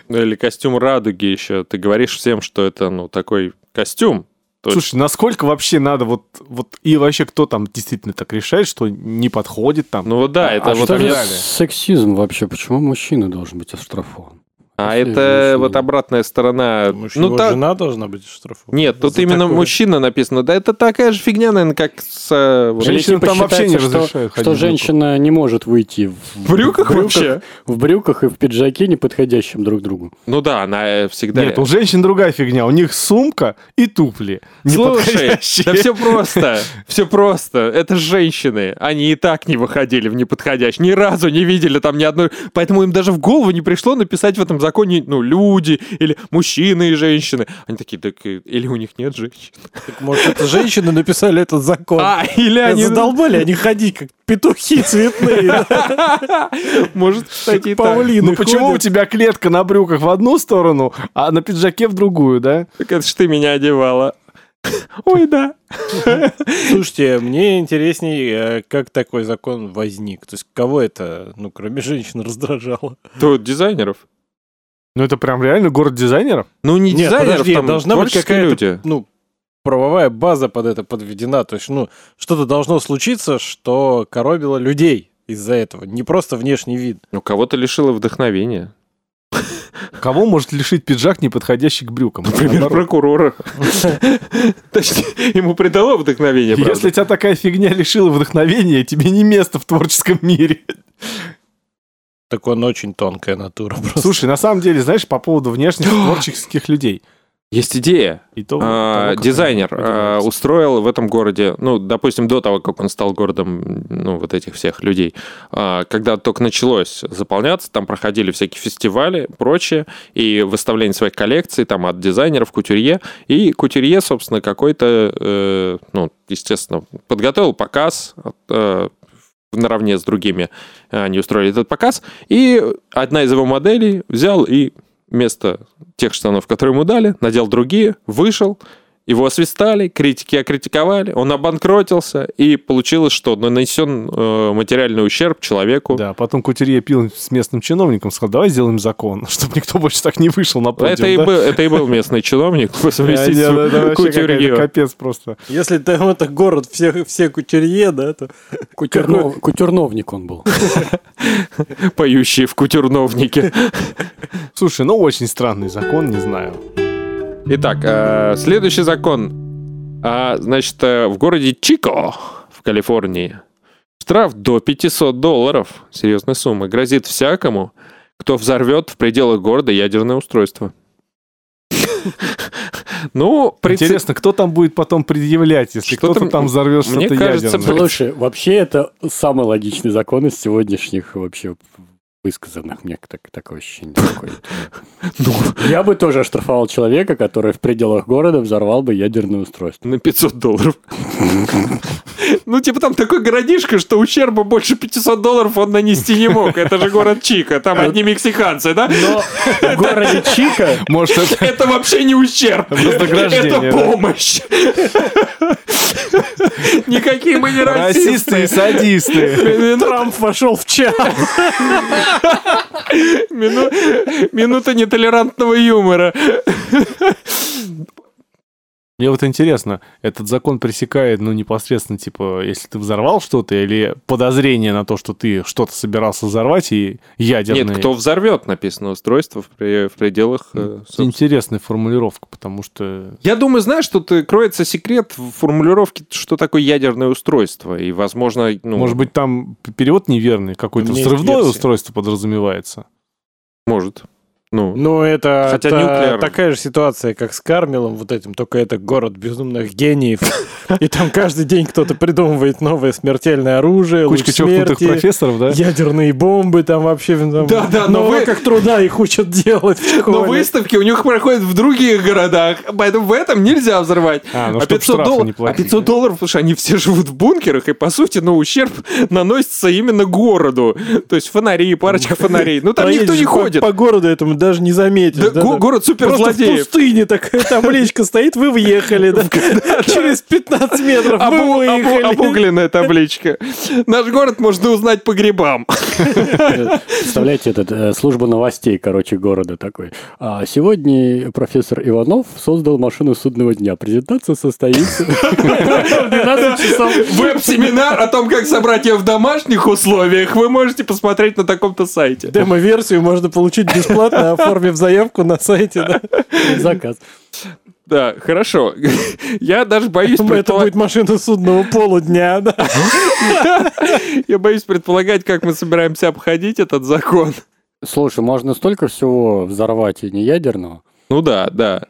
Speaker 5: Ну, Или костюм радуги еще. Ты говоришь всем, что это, ну, такой костюм. Точно.
Speaker 1: Слушай, насколько вообще надо вот, вот и вообще кто там действительно так решает, что не подходит там?
Speaker 5: Ну вот да,
Speaker 1: А
Speaker 5: это вот...
Speaker 1: что
Speaker 2: Что
Speaker 1: же
Speaker 5: мне-
Speaker 2: за
Speaker 1: реально.
Speaker 2: сексизм вообще? Почему мужчина должен быть оштрафован?
Speaker 5: А
Speaker 2: Вообще
Speaker 5: это
Speaker 2: женщина.
Speaker 5: вот обратная сторона.
Speaker 4: Потому что
Speaker 5: Ну
Speaker 4: его
Speaker 5: так,
Speaker 4: жена должна быть оштрафована.
Speaker 5: Нет, тут
Speaker 4: За
Speaker 5: именно
Speaker 4: такое.
Speaker 5: мужчина написано. Да это такая же фигня, наверное, как с... э, вот-
Speaker 1: Женщина- Женщинам там вообще не
Speaker 2: типа считается, что-
Speaker 1: разрешают
Speaker 2: что,
Speaker 1: ходить в брюках.
Speaker 2: женщина не может выйти в,
Speaker 5: В брюках вообще?
Speaker 2: в брюках и в пиджаке, не подходящим друг другу.
Speaker 5: Ну да, она э, всегда...
Speaker 1: Нет, у женщин другая фигня. У них сумка и тупли.
Speaker 5: Слушай,
Speaker 1: Неподходящие.
Speaker 5: да все просто, все просто. Это женщины. Они и так не выходили в неподходящий. Ни разу не видели там ни одной... Поэтому им даже в голову не пришло написать в этом законе, ну, люди или мужчины и женщины. Они такие, так... э, Или у них нет женщин.
Speaker 4: Так, Может, это женщины написали этот закон.
Speaker 5: А, или
Speaker 4: Э,
Speaker 5: они...
Speaker 4: Задолбали они ходить, как петухи цветные. да,
Speaker 5: Может, кстати, и так.
Speaker 4: павлины
Speaker 1: Ну почему у
Speaker 4: ходят.
Speaker 1: тебя клетка на брюках в одну сторону, а на пиджаке в другую, да?
Speaker 5: Так это ж ты меня одевала. Ой, да.
Speaker 4: Слушайте, мне интереснее, э, как такой закон возник. То есть, кого это, ну, кроме женщин, раздражало?
Speaker 5: Тут дизайнеров.
Speaker 1: Ну это прям реально город дизайнеров.
Speaker 5: Ну, не
Speaker 4: Нет,
Speaker 5: дизайнеров,
Speaker 4: подожди,
Speaker 5: там
Speaker 4: должна быть
Speaker 5: творческие
Speaker 4: какая-то
Speaker 5: люди.
Speaker 4: Ну, правовая база под это подведена. То есть, ну, что-то должно случиться, что коробило людей из-за этого. Не просто внешний вид.
Speaker 5: Ну, кого-то лишило вдохновения.
Speaker 1: Кого может лишить пиджак, не подходящий к брюкам?
Speaker 5: Например,
Speaker 1: Наоборот.
Speaker 5: прокурора. Точнее, ему придало вдохновение, правда.
Speaker 1: Если тебя такая фигня лишила вдохновения, тебе не место в творческом мире.
Speaker 4: Так он очень тонкая натура. просто.
Speaker 1: Слушай, на самом деле, знаешь, по поводу внешних творческих людей.
Speaker 5: Есть идея.
Speaker 1: И то,
Speaker 5: А,
Speaker 1: того, как
Speaker 5: Дизайнер
Speaker 1: они
Speaker 5: а,
Speaker 1: выделяются.
Speaker 5: устроил в этом городе, ну, допустим, до того, как он стал городом, ну, вот этих всех людей, а, когда только началось заполняться, там проходили всякие фестивали, прочее, и выставление своих коллекций, там, от дизайнеров, кутюрье, и кутюрье, собственно, какой-то, э, ну, естественно, подготовил показ э, наравне с другими э, они устроили этот показ, и одна из его моделей взял и вместо тех штанов, которые ему дали, надел другие, вышел, его освистали, критики окритиковали, он обанкротился, и получилось, что нанесен э, материальный ущерб человеку.
Speaker 1: Да, потом Кутерье пил с местным чиновником, сказал, давай сделаем закон, чтобы никто больше так не вышел на подиум.
Speaker 5: это, и
Speaker 1: да?
Speaker 5: был, это и был местный чиновник по
Speaker 1: Я- я-
Speaker 5: совместительству
Speaker 1: это вообще
Speaker 5: кутюрье.
Speaker 1: какая-то Капец просто.
Speaker 4: Если там это город, все, все кутюрье, да, то
Speaker 2: Кутюрнов- Кутюрновник он был.
Speaker 5: поющие в кутюрновнике.
Speaker 1: Слушай, ну очень странный закон, не знаю.
Speaker 5: Итак, э, следующий закон. А, значит, э, в городе Чико в Калифорнии штраф до 500 долларов, серьезная сумма, грозит всякому, кто взорвет в пределах города ядерное устройство. Ну, прицеп-
Speaker 1: Интересно, кто там будет потом предъявлять, если
Speaker 5: Что-то
Speaker 1: кто-то там
Speaker 5: м-
Speaker 1: взорвет
Speaker 5: мне
Speaker 1: что-то
Speaker 5: кажется,
Speaker 1: ядерное?
Speaker 5: блин,
Speaker 2: Слушай, вообще это самый логичный закон из сегодняшних вообще высказанных. Мне так, такое ощущение. такое.
Speaker 8: Ну.
Speaker 2: Я бы тоже оштрафовал человека, который в пределах города взорвал бы ядерное устройство.
Speaker 5: на 500 долларов. Ну, типа там такой городишко, что ущерба больше 500 долларов он нанести не мог. Это же город Чика, там одни мексиканцы, да?
Speaker 2: Но в городе Чика
Speaker 1: Может, это
Speaker 5: Это вообще не ущерб.
Speaker 1: Вознаграждение,
Speaker 5: Это
Speaker 1: да?
Speaker 5: помощь. Никакие мы не расисты.
Speaker 1: расисты и садисты.
Speaker 8: Трамп вошел в чат.
Speaker 5: Мину- Минута нетолерантного юмора.
Speaker 1: Мне вот интересно, этот закон пресекает, ну, непосредственно, типа, если ты взорвал что-то или подозрение на то, что ты что-то собирался взорвать, и ядерное...
Speaker 5: Нет, кто взорвет, написано устройство в, пре- в пределах... э, собствен-
Speaker 1: Интересная формулировка, потому что...
Speaker 5: Я думаю, знаешь, тут э, кроется секрет в формулировке, что такое ядерное устройство. И, возможно, ну,
Speaker 1: Может быть, там перевод неверный, какое-то
Speaker 4: У меня есть
Speaker 1: взрывное
Speaker 4: версия.
Speaker 1: устройство подразумевается.
Speaker 5: может. Ну,
Speaker 4: Ну, это,
Speaker 5: Хотя
Speaker 4: та-
Speaker 5: nuclear.
Speaker 4: такая же ситуация, как с Кармелом, вот этим, только это город безумных гениев. И там каждый день кто-то придумывает новое смертельное оружие, луч
Speaker 1: Кучка чокнутых
Speaker 4: смерти,
Speaker 1: профессоров, да?
Speaker 4: ядерные бомбы там вообще... ну, там,
Speaker 5: Да-да, но
Speaker 4: на
Speaker 5: вы-
Speaker 4: уроках труда их учат делать в
Speaker 5: Но
Speaker 4: школе.
Speaker 5: выставки у них проходят в других городах, поэтому в этом нельзя взорвать.
Speaker 1: А, ну, чтоб штрафы
Speaker 5: долларов,
Speaker 1: не платить.
Speaker 5: а 500 долларов, потому что они все живут в бункерах, и, по сути, ну, ущерб наносится именно городу. То есть фонари, парочка фонарей. Ну, там никто
Speaker 4: Проедешь
Speaker 5: не
Speaker 4: по-
Speaker 5: ходит.
Speaker 4: По городу этому даже не заметишь.
Speaker 5: Да,
Speaker 4: да,
Speaker 5: го-
Speaker 4: да.
Speaker 5: город
Speaker 4: Просто в
Speaker 5: суперзлодеев.
Speaker 4: пустыне такая табличка стоит, вы въехали, да. Через 15 метров
Speaker 5: Обу-
Speaker 4: вы
Speaker 5: обу-
Speaker 4: выехали.
Speaker 5: обугленная табличка. Наш город можно узнать по грибам.
Speaker 2: Представляете, этот, э, служба новостей, короче, города такой. А сегодня профессор Иванов создал машину судного дня. Презентация состоится в 12 часов.
Speaker 5: Веб-семинар о том, как собрать ее в домашних условиях, вы можете посмотреть на таком-то сайте.
Speaker 4: Демо-версию можно получить бесплатно, оформив заявку на сайте. да.
Speaker 2: Заказ.
Speaker 5: Да, хорошо. Я даже боюсь...
Speaker 4: Это
Speaker 5: предполаг-
Speaker 4: будет машина судного полудня. да.
Speaker 5: Я боюсь предполагать, как мы собираемся обходить этот закон.
Speaker 2: Слушай, можно столько всего взорвать и неядерного.
Speaker 5: Ну да, да.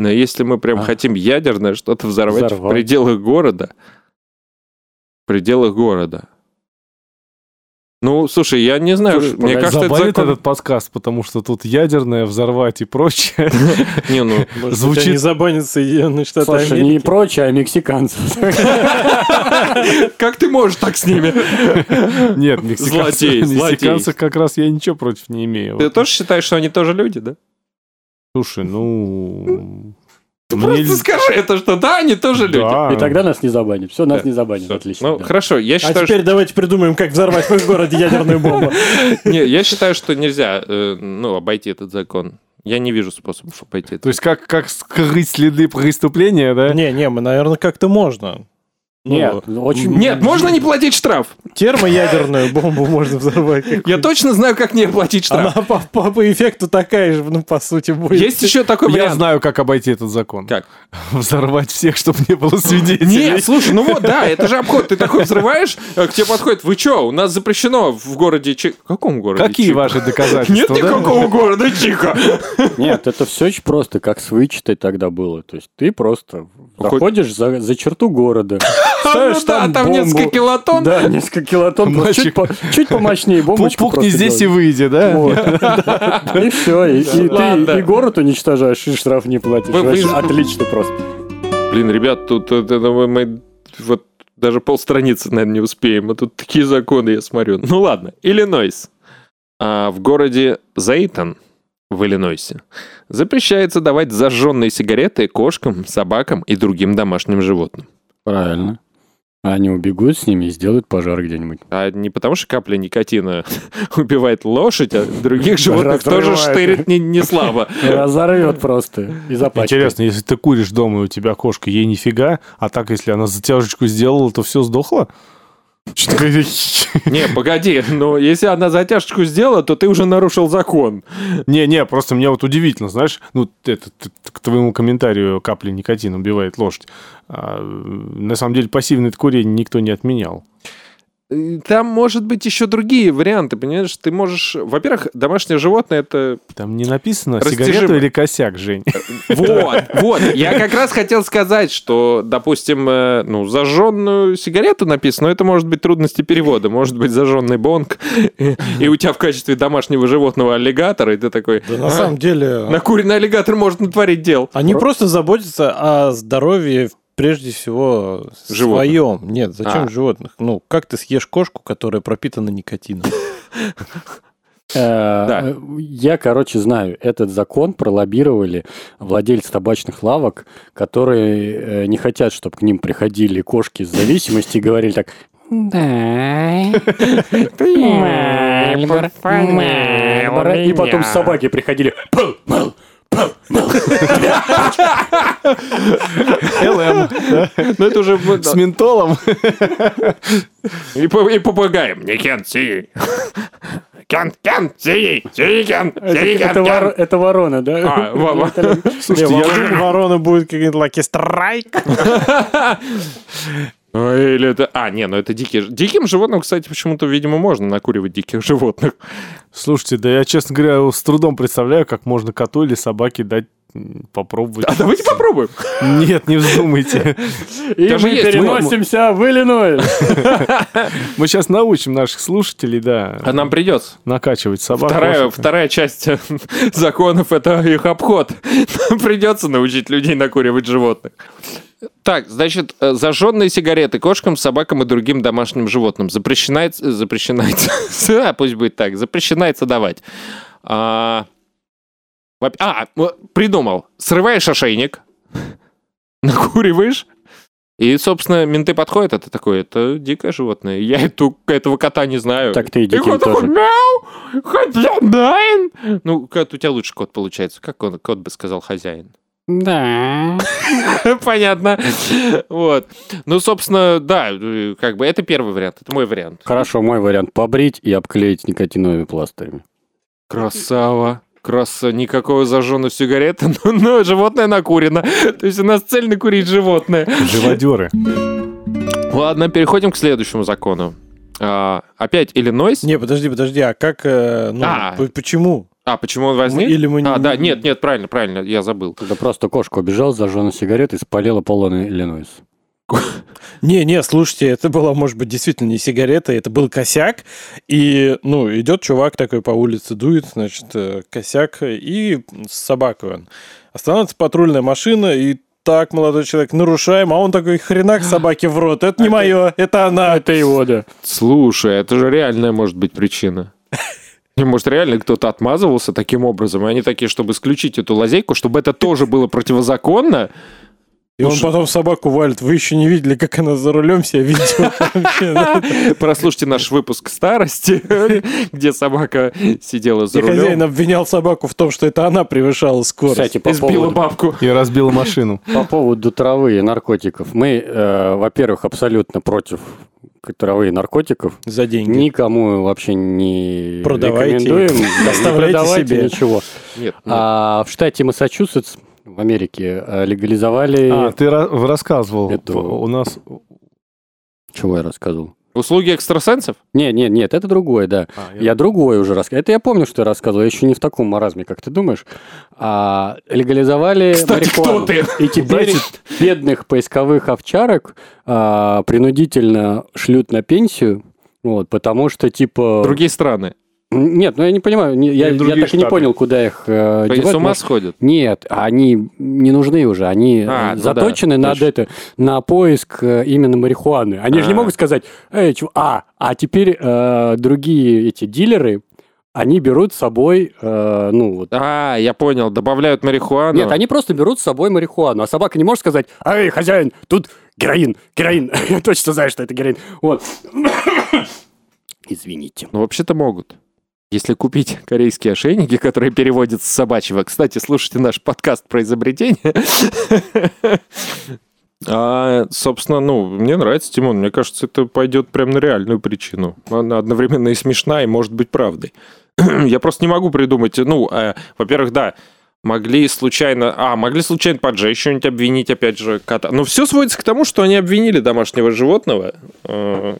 Speaker 5: Но если мы прям
Speaker 2: А.
Speaker 5: хотим ядерное что-то взорвать в
Speaker 2: Взорвать.
Speaker 5: пределах города. В пределах города. Ну, слушай, я не знаю,
Speaker 2: Слушай, погоди,
Speaker 5: мне кажется, это
Speaker 1: Забанит
Speaker 5: закон...
Speaker 1: этот подкаст, потому что тут ядерное, взорвать и прочее.
Speaker 5: Не, ну,
Speaker 4: Может,
Speaker 1: Звучит-
Speaker 4: у тебя не забанится Соединенные Штаты
Speaker 2: Слушай,
Speaker 4: Америки?
Speaker 2: не прочее, а мексиканцев.
Speaker 5: как ты можешь так с ними?
Speaker 1: Нет, мексиканцев,
Speaker 5: Злодей, злодей.
Speaker 1: мексиканцев как раз я ничего против не имею.
Speaker 5: Ты тоже считаешь, что они тоже люди, да?
Speaker 1: Слушай, ну...
Speaker 5: Ты
Speaker 1: мне
Speaker 5: просто
Speaker 1: л-
Speaker 5: скажи это, что да, они тоже люди.
Speaker 1: Да.
Speaker 2: И тогда нас не забанят. Все, нас не забанят.
Speaker 5: А. Всё.
Speaker 2: Отлично.
Speaker 5: Ну,
Speaker 2: да.
Speaker 5: хорошо, я
Speaker 4: А
Speaker 5: считаю, что...
Speaker 4: теперь давайте придумаем, как взорвать в их городе ядерную бомбу.
Speaker 5: Не, я считаю, что нельзя, э, ну, обойти этот закон. Я не вижу способов обойти
Speaker 1: То
Speaker 5: это.
Speaker 1: есть как, как скрыть следы преступления, да?
Speaker 4: Не, не, мы, наверное, как-то можно. Ну,
Speaker 2: Нет, ну, очень...
Speaker 5: Нет, можно не платить штраф.
Speaker 4: термоядерную бомбу можно взорвать. как-
Speaker 5: Я точно знаю, как не платить
Speaker 4: Она
Speaker 5: штраф.
Speaker 4: по, по- по эффекту такая же, ну, по сути, будет.
Speaker 5: Есть еще такой
Speaker 1: Я
Speaker 5: вариант.
Speaker 1: знаю, как обойти этот закон.
Speaker 5: Как?
Speaker 1: Взорвать всех, чтобы не было свидетелей.
Speaker 5: Нет, слушай, ну вот, да, это же обход. Ты такой взрываешь, э, к тебе подходит. Вы что, у нас запрещено в городе Чи... В каком городе
Speaker 1: Какие
Speaker 5: Чика?
Speaker 1: ваши
Speaker 5: Нет
Speaker 1: доказательства? да?
Speaker 5: никакого города Чика.
Speaker 2: Нет, это все очень просто, как с вычетой тогда было. То есть ты просто заходишь за, за черту города,
Speaker 5: Ну
Speaker 2: ставишь
Speaker 5: да,
Speaker 2: там
Speaker 5: там несколько
Speaker 2: бомбу.
Speaker 5: килотонн.
Speaker 2: Да, несколько килотонн, просто чуть, по- чуть помощнее
Speaker 1: Пу-
Speaker 2: бомбочку
Speaker 1: Пухни
Speaker 2: просто
Speaker 1: здесь и
Speaker 2: делаешь.
Speaker 1: выйди, да?
Speaker 2: Вот. И все, и, и
Speaker 5: Ладно.
Speaker 2: ты и город уничтожаешь, и штраф не платишь.
Speaker 5: Вы- вы-
Speaker 2: Вообще Отлично просто.
Speaker 5: Блин, ребят, тут э, это мы, мы вот даже полстраницы, наверное, не успеем. А тут такие законы, я смотрю. Ну ладно, Иллинойс. А, в городе Заитон в Иллинойсе запрещается давать зажженные сигареты кошкам, собакам и другим домашним животным.
Speaker 2: Правильно. А Они убегут с ними и сделают пожар где-нибудь.
Speaker 5: А не потому что капля никотина убивает лошадь, а других животных тоже
Speaker 2: Разрывает.
Speaker 5: штырит не, не слабо.
Speaker 2: Разорвет просто и запачкает.
Speaker 1: Интересно, если ты куришь дома, и у тебя кошка, ей нифига, а так, если она затяжечку сделала, то все сдохло? Чё такое?
Speaker 5: Не, погоди, но если она затяжечку сделала, то ты уже нарушил закон.
Speaker 1: Не-не, просто мне вот удивительно, знаешь, ну, это, т- т- к твоему комментарию капли никотина убивает лошадь. А, э, на самом деле пассивное курение никто не отменял.
Speaker 5: э, там может быть еще другие варианты, понимаешь? Ты можешь... Во-первых, домашнее животное — это...
Speaker 1: Там не написано
Speaker 5: Растяжимо.
Speaker 1: сигарету или косяк, Жень.
Speaker 5: Вот, вот. Я как раз хотел сказать, что, допустим, э, ну, зажженную сигарету написано, но это может быть трудности перевода. Может быть, зажженный бонг, и у тебя в качестве домашнего животного аллигатор, и ты такой... «А,
Speaker 4: Да на самом деле... а».
Speaker 5: Накуренный аллигатор может натворить дел.
Speaker 4: Они просто заботятся о здоровье прежде всего
Speaker 5: Животных.
Speaker 4: своем. Нет, зачем
Speaker 5: А.
Speaker 4: животных? Ну, как ты съешь кошку, которая пропитана никотином?
Speaker 2: Э, Я, короче, знаю, этот закон пролоббировали владельцы табачных лавок, которые э, не хотят, чтобы к ним приходили кошки с зависимостью и говорили так, да, и потом собаки приходили, «Пу, мал, пу, мал».
Speaker 1: ЛМ.
Speaker 5: Ну, это уже... мы-
Speaker 1: С ментолом.
Speaker 5: И, по- и попугаем. Не кен, си. Кен, кен, си. Си, кен,
Speaker 2: Это-
Speaker 5: си, кен,
Speaker 2: «Э, Это
Speaker 5: кен.
Speaker 2: вор- это ворона, да?
Speaker 5: А, во- во.
Speaker 8: Слушайте, я думаю, ворона будет какие-нибудь лаки страйк.
Speaker 5: Ой, Или это... А, не, ну это дикие... ж- Диким животным, кстати, почему-то, видимо, можно накуривать диких животных.
Speaker 1: Слушайте, да я, честно говоря, с трудом представляю, как можно коту или собаке дать м, попробовать.
Speaker 5: А давайте попробуем.
Speaker 1: Нет, не вздумайте.
Speaker 2: И
Speaker 5: Даже
Speaker 2: мы
Speaker 5: есть, мы-
Speaker 2: переносимся в Иллинойс.
Speaker 1: Мы сейчас научим наших слушателей,
Speaker 5: А
Speaker 1: да,
Speaker 5: нам придется.
Speaker 1: накачивать собак.
Speaker 5: Вторая,
Speaker 1: кошек.
Speaker 5: вторая часть законов — это их обход. Нам придется научить людей накуривать животных. Так, значит, э, зажженные сигареты кошкам, собакам и другим домашним животным запрещается... Запрещается... А, пусть будет так. Запрещается давать. А, во- а, м, придумал. Срываешь ошейник, накуриваешь, и, собственно, менты подходят, а ты такой, это дикое животное. Я эту, этого кота не знаю.
Speaker 2: Так ты и
Speaker 5: И
Speaker 2: диким
Speaker 5: кот такой,
Speaker 2: тоже.
Speaker 5: мяу, хозяин. Ну, кот, у тебя лучше кот получается. Как он, кот бы сказал хозяин?
Speaker 2: Да.
Speaker 5: Понятно. Вот. Ну, собственно, да, э, как бы это первый вариант, это мой вариант.
Speaker 2: Хорошо, мой вариант. Побрить и обклеить никотиновыми пластырями.
Speaker 5: Красава. Краса, никакого зажженного сигареты, но, но животное накурено. То есть у нас цель накурить животное.
Speaker 1: Живодеры.
Speaker 5: Ладно, переходим к следующему закону. А, опять Иллинойс.
Speaker 4: Не, подожди, подожди, а как... э, Ну,
Speaker 5: А.
Speaker 4: п- почему?
Speaker 5: А, почему он
Speaker 4: Мы-
Speaker 5: возник?
Speaker 4: Или мы...
Speaker 5: А,
Speaker 4: не-
Speaker 5: да, нет, нет, правильно, правильно, я забыл.
Speaker 2: Да просто кошка убежала, зажжена сигарет и спалила полоны Иллинойс.
Speaker 4: Не, не, слушайте, это была, может быть, действительно не сигарета, это был косяк. И, ну, идет чувак такой по улице, дует, значит, э, косяк, и с собакой он. Останавливается патрульная машина, и так, молодой человек, нарушаем, а он такой, хренак собаке в рот, это не мое, это она.
Speaker 2: А Это его, да.
Speaker 5: Слушай, это же реальная может быть причина. И, Может, реально кто-то отмазывался таким образом, и они такие, чтобы исключить эту лазейку, чтобы это тоже было противозаконно.
Speaker 4: И он потом собаку валит, вы еще не видели, как она за рулем себя ведет. Вообще, да.
Speaker 5: Прослушайте наш выпуск старости, где собака сидела за
Speaker 4: И хозяин
Speaker 5: рулем,
Speaker 4: обвинял собаку в том, что это она превышала скорость.
Speaker 2: Кстати, по
Speaker 5: избила
Speaker 2: поводу,
Speaker 5: бабку.
Speaker 1: И разбил машину.
Speaker 2: по поводу травы и наркотиков. Мы, э, во-первых, абсолютно против к- травы и наркотиков.
Speaker 4: За деньги.
Speaker 2: Никому вообще не
Speaker 4: Продавайте.
Speaker 2: рекомендуем. Да, не
Speaker 4: Оставляйте
Speaker 2: продавайте
Speaker 4: себе.
Speaker 2: ничего.
Speaker 5: Нет,
Speaker 2: А в штате Массачусетс в Америке э, легализовали...
Speaker 1: А, ты ра- рассказывал.
Speaker 2: Это-
Speaker 1: У нас...
Speaker 2: Чего я рассказывал?
Speaker 5: услуги экстрасенсов?
Speaker 2: Нет, нет, нет, это другое, да.
Speaker 1: А,
Speaker 2: Я другое уже рассказывал. Это я помню, что я рассказывал. Я еще не в таком маразме, как ты думаешь. А, легализовали
Speaker 5: Кстати,
Speaker 2: марихуану.
Speaker 5: кто ты?
Speaker 2: И теперь бедных поисковых овчарок а, принудительно шлют на пенсию. Вот, потому что, типа...
Speaker 5: Другие страны.
Speaker 2: М, Нет, ну я не понимаю, не- я,
Speaker 1: Или
Speaker 2: я
Speaker 1: другие
Speaker 2: так и не
Speaker 1: штаты.
Speaker 2: понял, куда их э,
Speaker 5: Они
Speaker 2: девать.
Speaker 5: с ума
Speaker 2: Может,
Speaker 5: сходят.
Speaker 2: Нет, они не нужны уже, они
Speaker 5: А,
Speaker 2: э,
Speaker 5: ну
Speaker 2: заточены
Speaker 5: да,
Speaker 2: над
Speaker 5: точно.
Speaker 2: это, на поиск э, именно марихуаны. Они же не
Speaker 5: А.
Speaker 2: могут сказать, эй, чу- а, а теперь э, другие эти дилеры, они берут с собой, э, ну вот.
Speaker 5: А, я понял, добавляют марихуану.
Speaker 2: Нет, они просто берут с собой марихуану, а собака не может сказать, эй, хозяин, тут героин, героин, я точно знаю, что это героин. Вот. Извините.
Speaker 5: Ну, вообще-то могут. Если купить корейские ошейники, которые переводятся с собачьего. Кстати, слушайте наш подкаст про изобретение. А, собственно, ну, мне нравится, Тимон. Мне кажется, это пойдет прям на реальную причину. Она одновременно и смешна, и может быть правдой. Я просто не могу придумать. Ну, э, во-первых, да, могли случайно... А, могли случайно поджечь что-нибудь, обвинить, опять же, Ну, кота. Но все сводится к тому, что они обвинили домашнего животного. Э,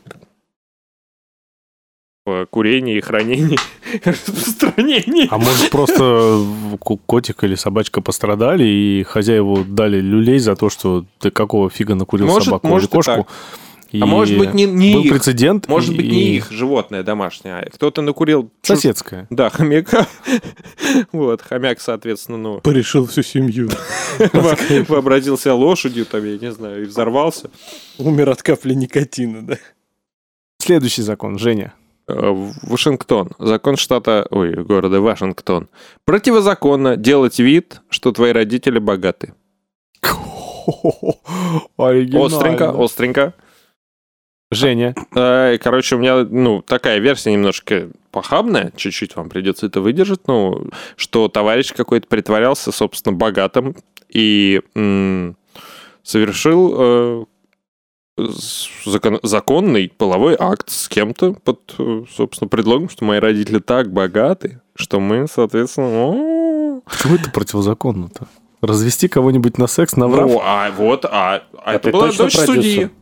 Speaker 5: типа курении, хранении, распространении.
Speaker 1: А может, просто ку- котик или собачка пострадали, и хозяеву дали люлей за то, что ты какого фига накурил
Speaker 5: Может,
Speaker 1: собаку
Speaker 5: может и
Speaker 1: или кошку.
Speaker 5: так. А может быть, не- не
Speaker 1: был
Speaker 5: их.
Speaker 1: прецедент.
Speaker 5: Может
Speaker 1: и-
Speaker 5: быть, не
Speaker 1: и
Speaker 5: их животное домашнее, а кто-то накурил... чуж-
Speaker 1: Соседская.
Speaker 5: Да, хомяка. Вот, хомяк, соответственно, ну,
Speaker 4: Порешил всю семью.
Speaker 5: во- вообразил себя лошадью, там, я не знаю, и взорвался.
Speaker 4: Умер от капли никотина, да.
Speaker 1: Следующий закон, Женя.
Speaker 5: Э, в- Вашингтон. Закон штата, ой, города Вашингтон. Противозаконно делать вид, что твои родители богаты. Остренько, остренько.
Speaker 1: Женя.
Speaker 5: Э, и, Короче, у меня, ну, такая версия немножко похабная, чуть-чуть вам придется это выдержать, ну, что товарищ какой-то притворялся, собственно, богатым и м, совершил э, с- закон- законный половой акт с кем-то под, э, собственно, предлогом, что мои родители так богаты, что мы, соответственно, о,
Speaker 1: Почему это противозаконно-то? Развести кого-нибудь на секс, наврав?
Speaker 5: ну, а вот, а, а это
Speaker 2: ты
Speaker 5: была
Speaker 2: точно
Speaker 5: дочь
Speaker 2: продюсер?
Speaker 5: судьи.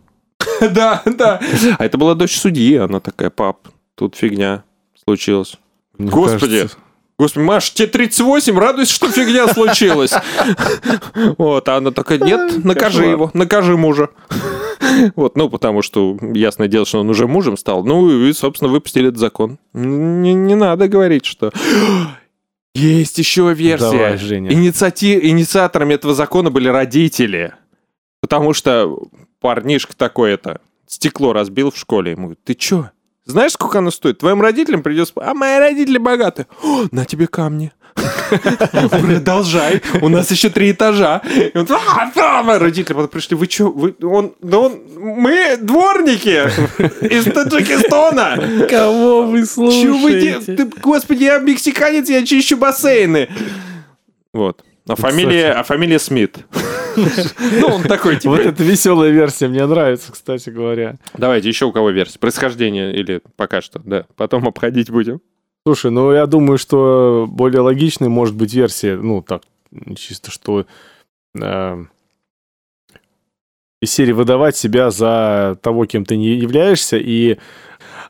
Speaker 5: Да, да. А это была дочь судьи, она такая, пап, тут фигня случилась.
Speaker 1: Мне
Speaker 5: Господи.
Speaker 1: кажется,
Speaker 5: Господи, Маш, тебе 38, радуйся, что фигня случилась. Вот, а она такая, нет, накажи
Speaker 1: кошмар.
Speaker 5: его, накажи мужа. Вот, ну, потому что, ясное дело, что он уже мужем стал. Ну, и, собственно, выпустили этот закон. Не, не надо говорить, что... Есть еще версия.
Speaker 1: Давай, Женя.
Speaker 5: Инициати- Инициаторами этого закона были родители. Потому что парнишка такой-то стекло разбил в школе. Ему говорит, ты чё? Знаешь, сколько оно стоит? Твоим родителям придется... А мои родители богаты. «О, на тебе камни. Продолжай. У нас еще три этажа. И он, «А, да, мои родители потом пришли. Вы чё? Вы- Он, да он, мы дворники из Таджикистана.
Speaker 4: Кого вы
Speaker 5: Чё вы де- ты- Господи, я мексиканец, я чищу бассейны. Вот. А фамилия, а фамилия Смит. Ну, он такой, типа,
Speaker 1: Вот это веселая версия, мне нравится, кстати говоря.
Speaker 5: Давайте, еще у кого версия? Происхождение или пока что, да. Потом обходить будем.
Speaker 1: Слушай, ну я думаю, что более логичной может быть версия, ну так, чисто что э, из серии выдавать себя за того, кем ты не являешься, и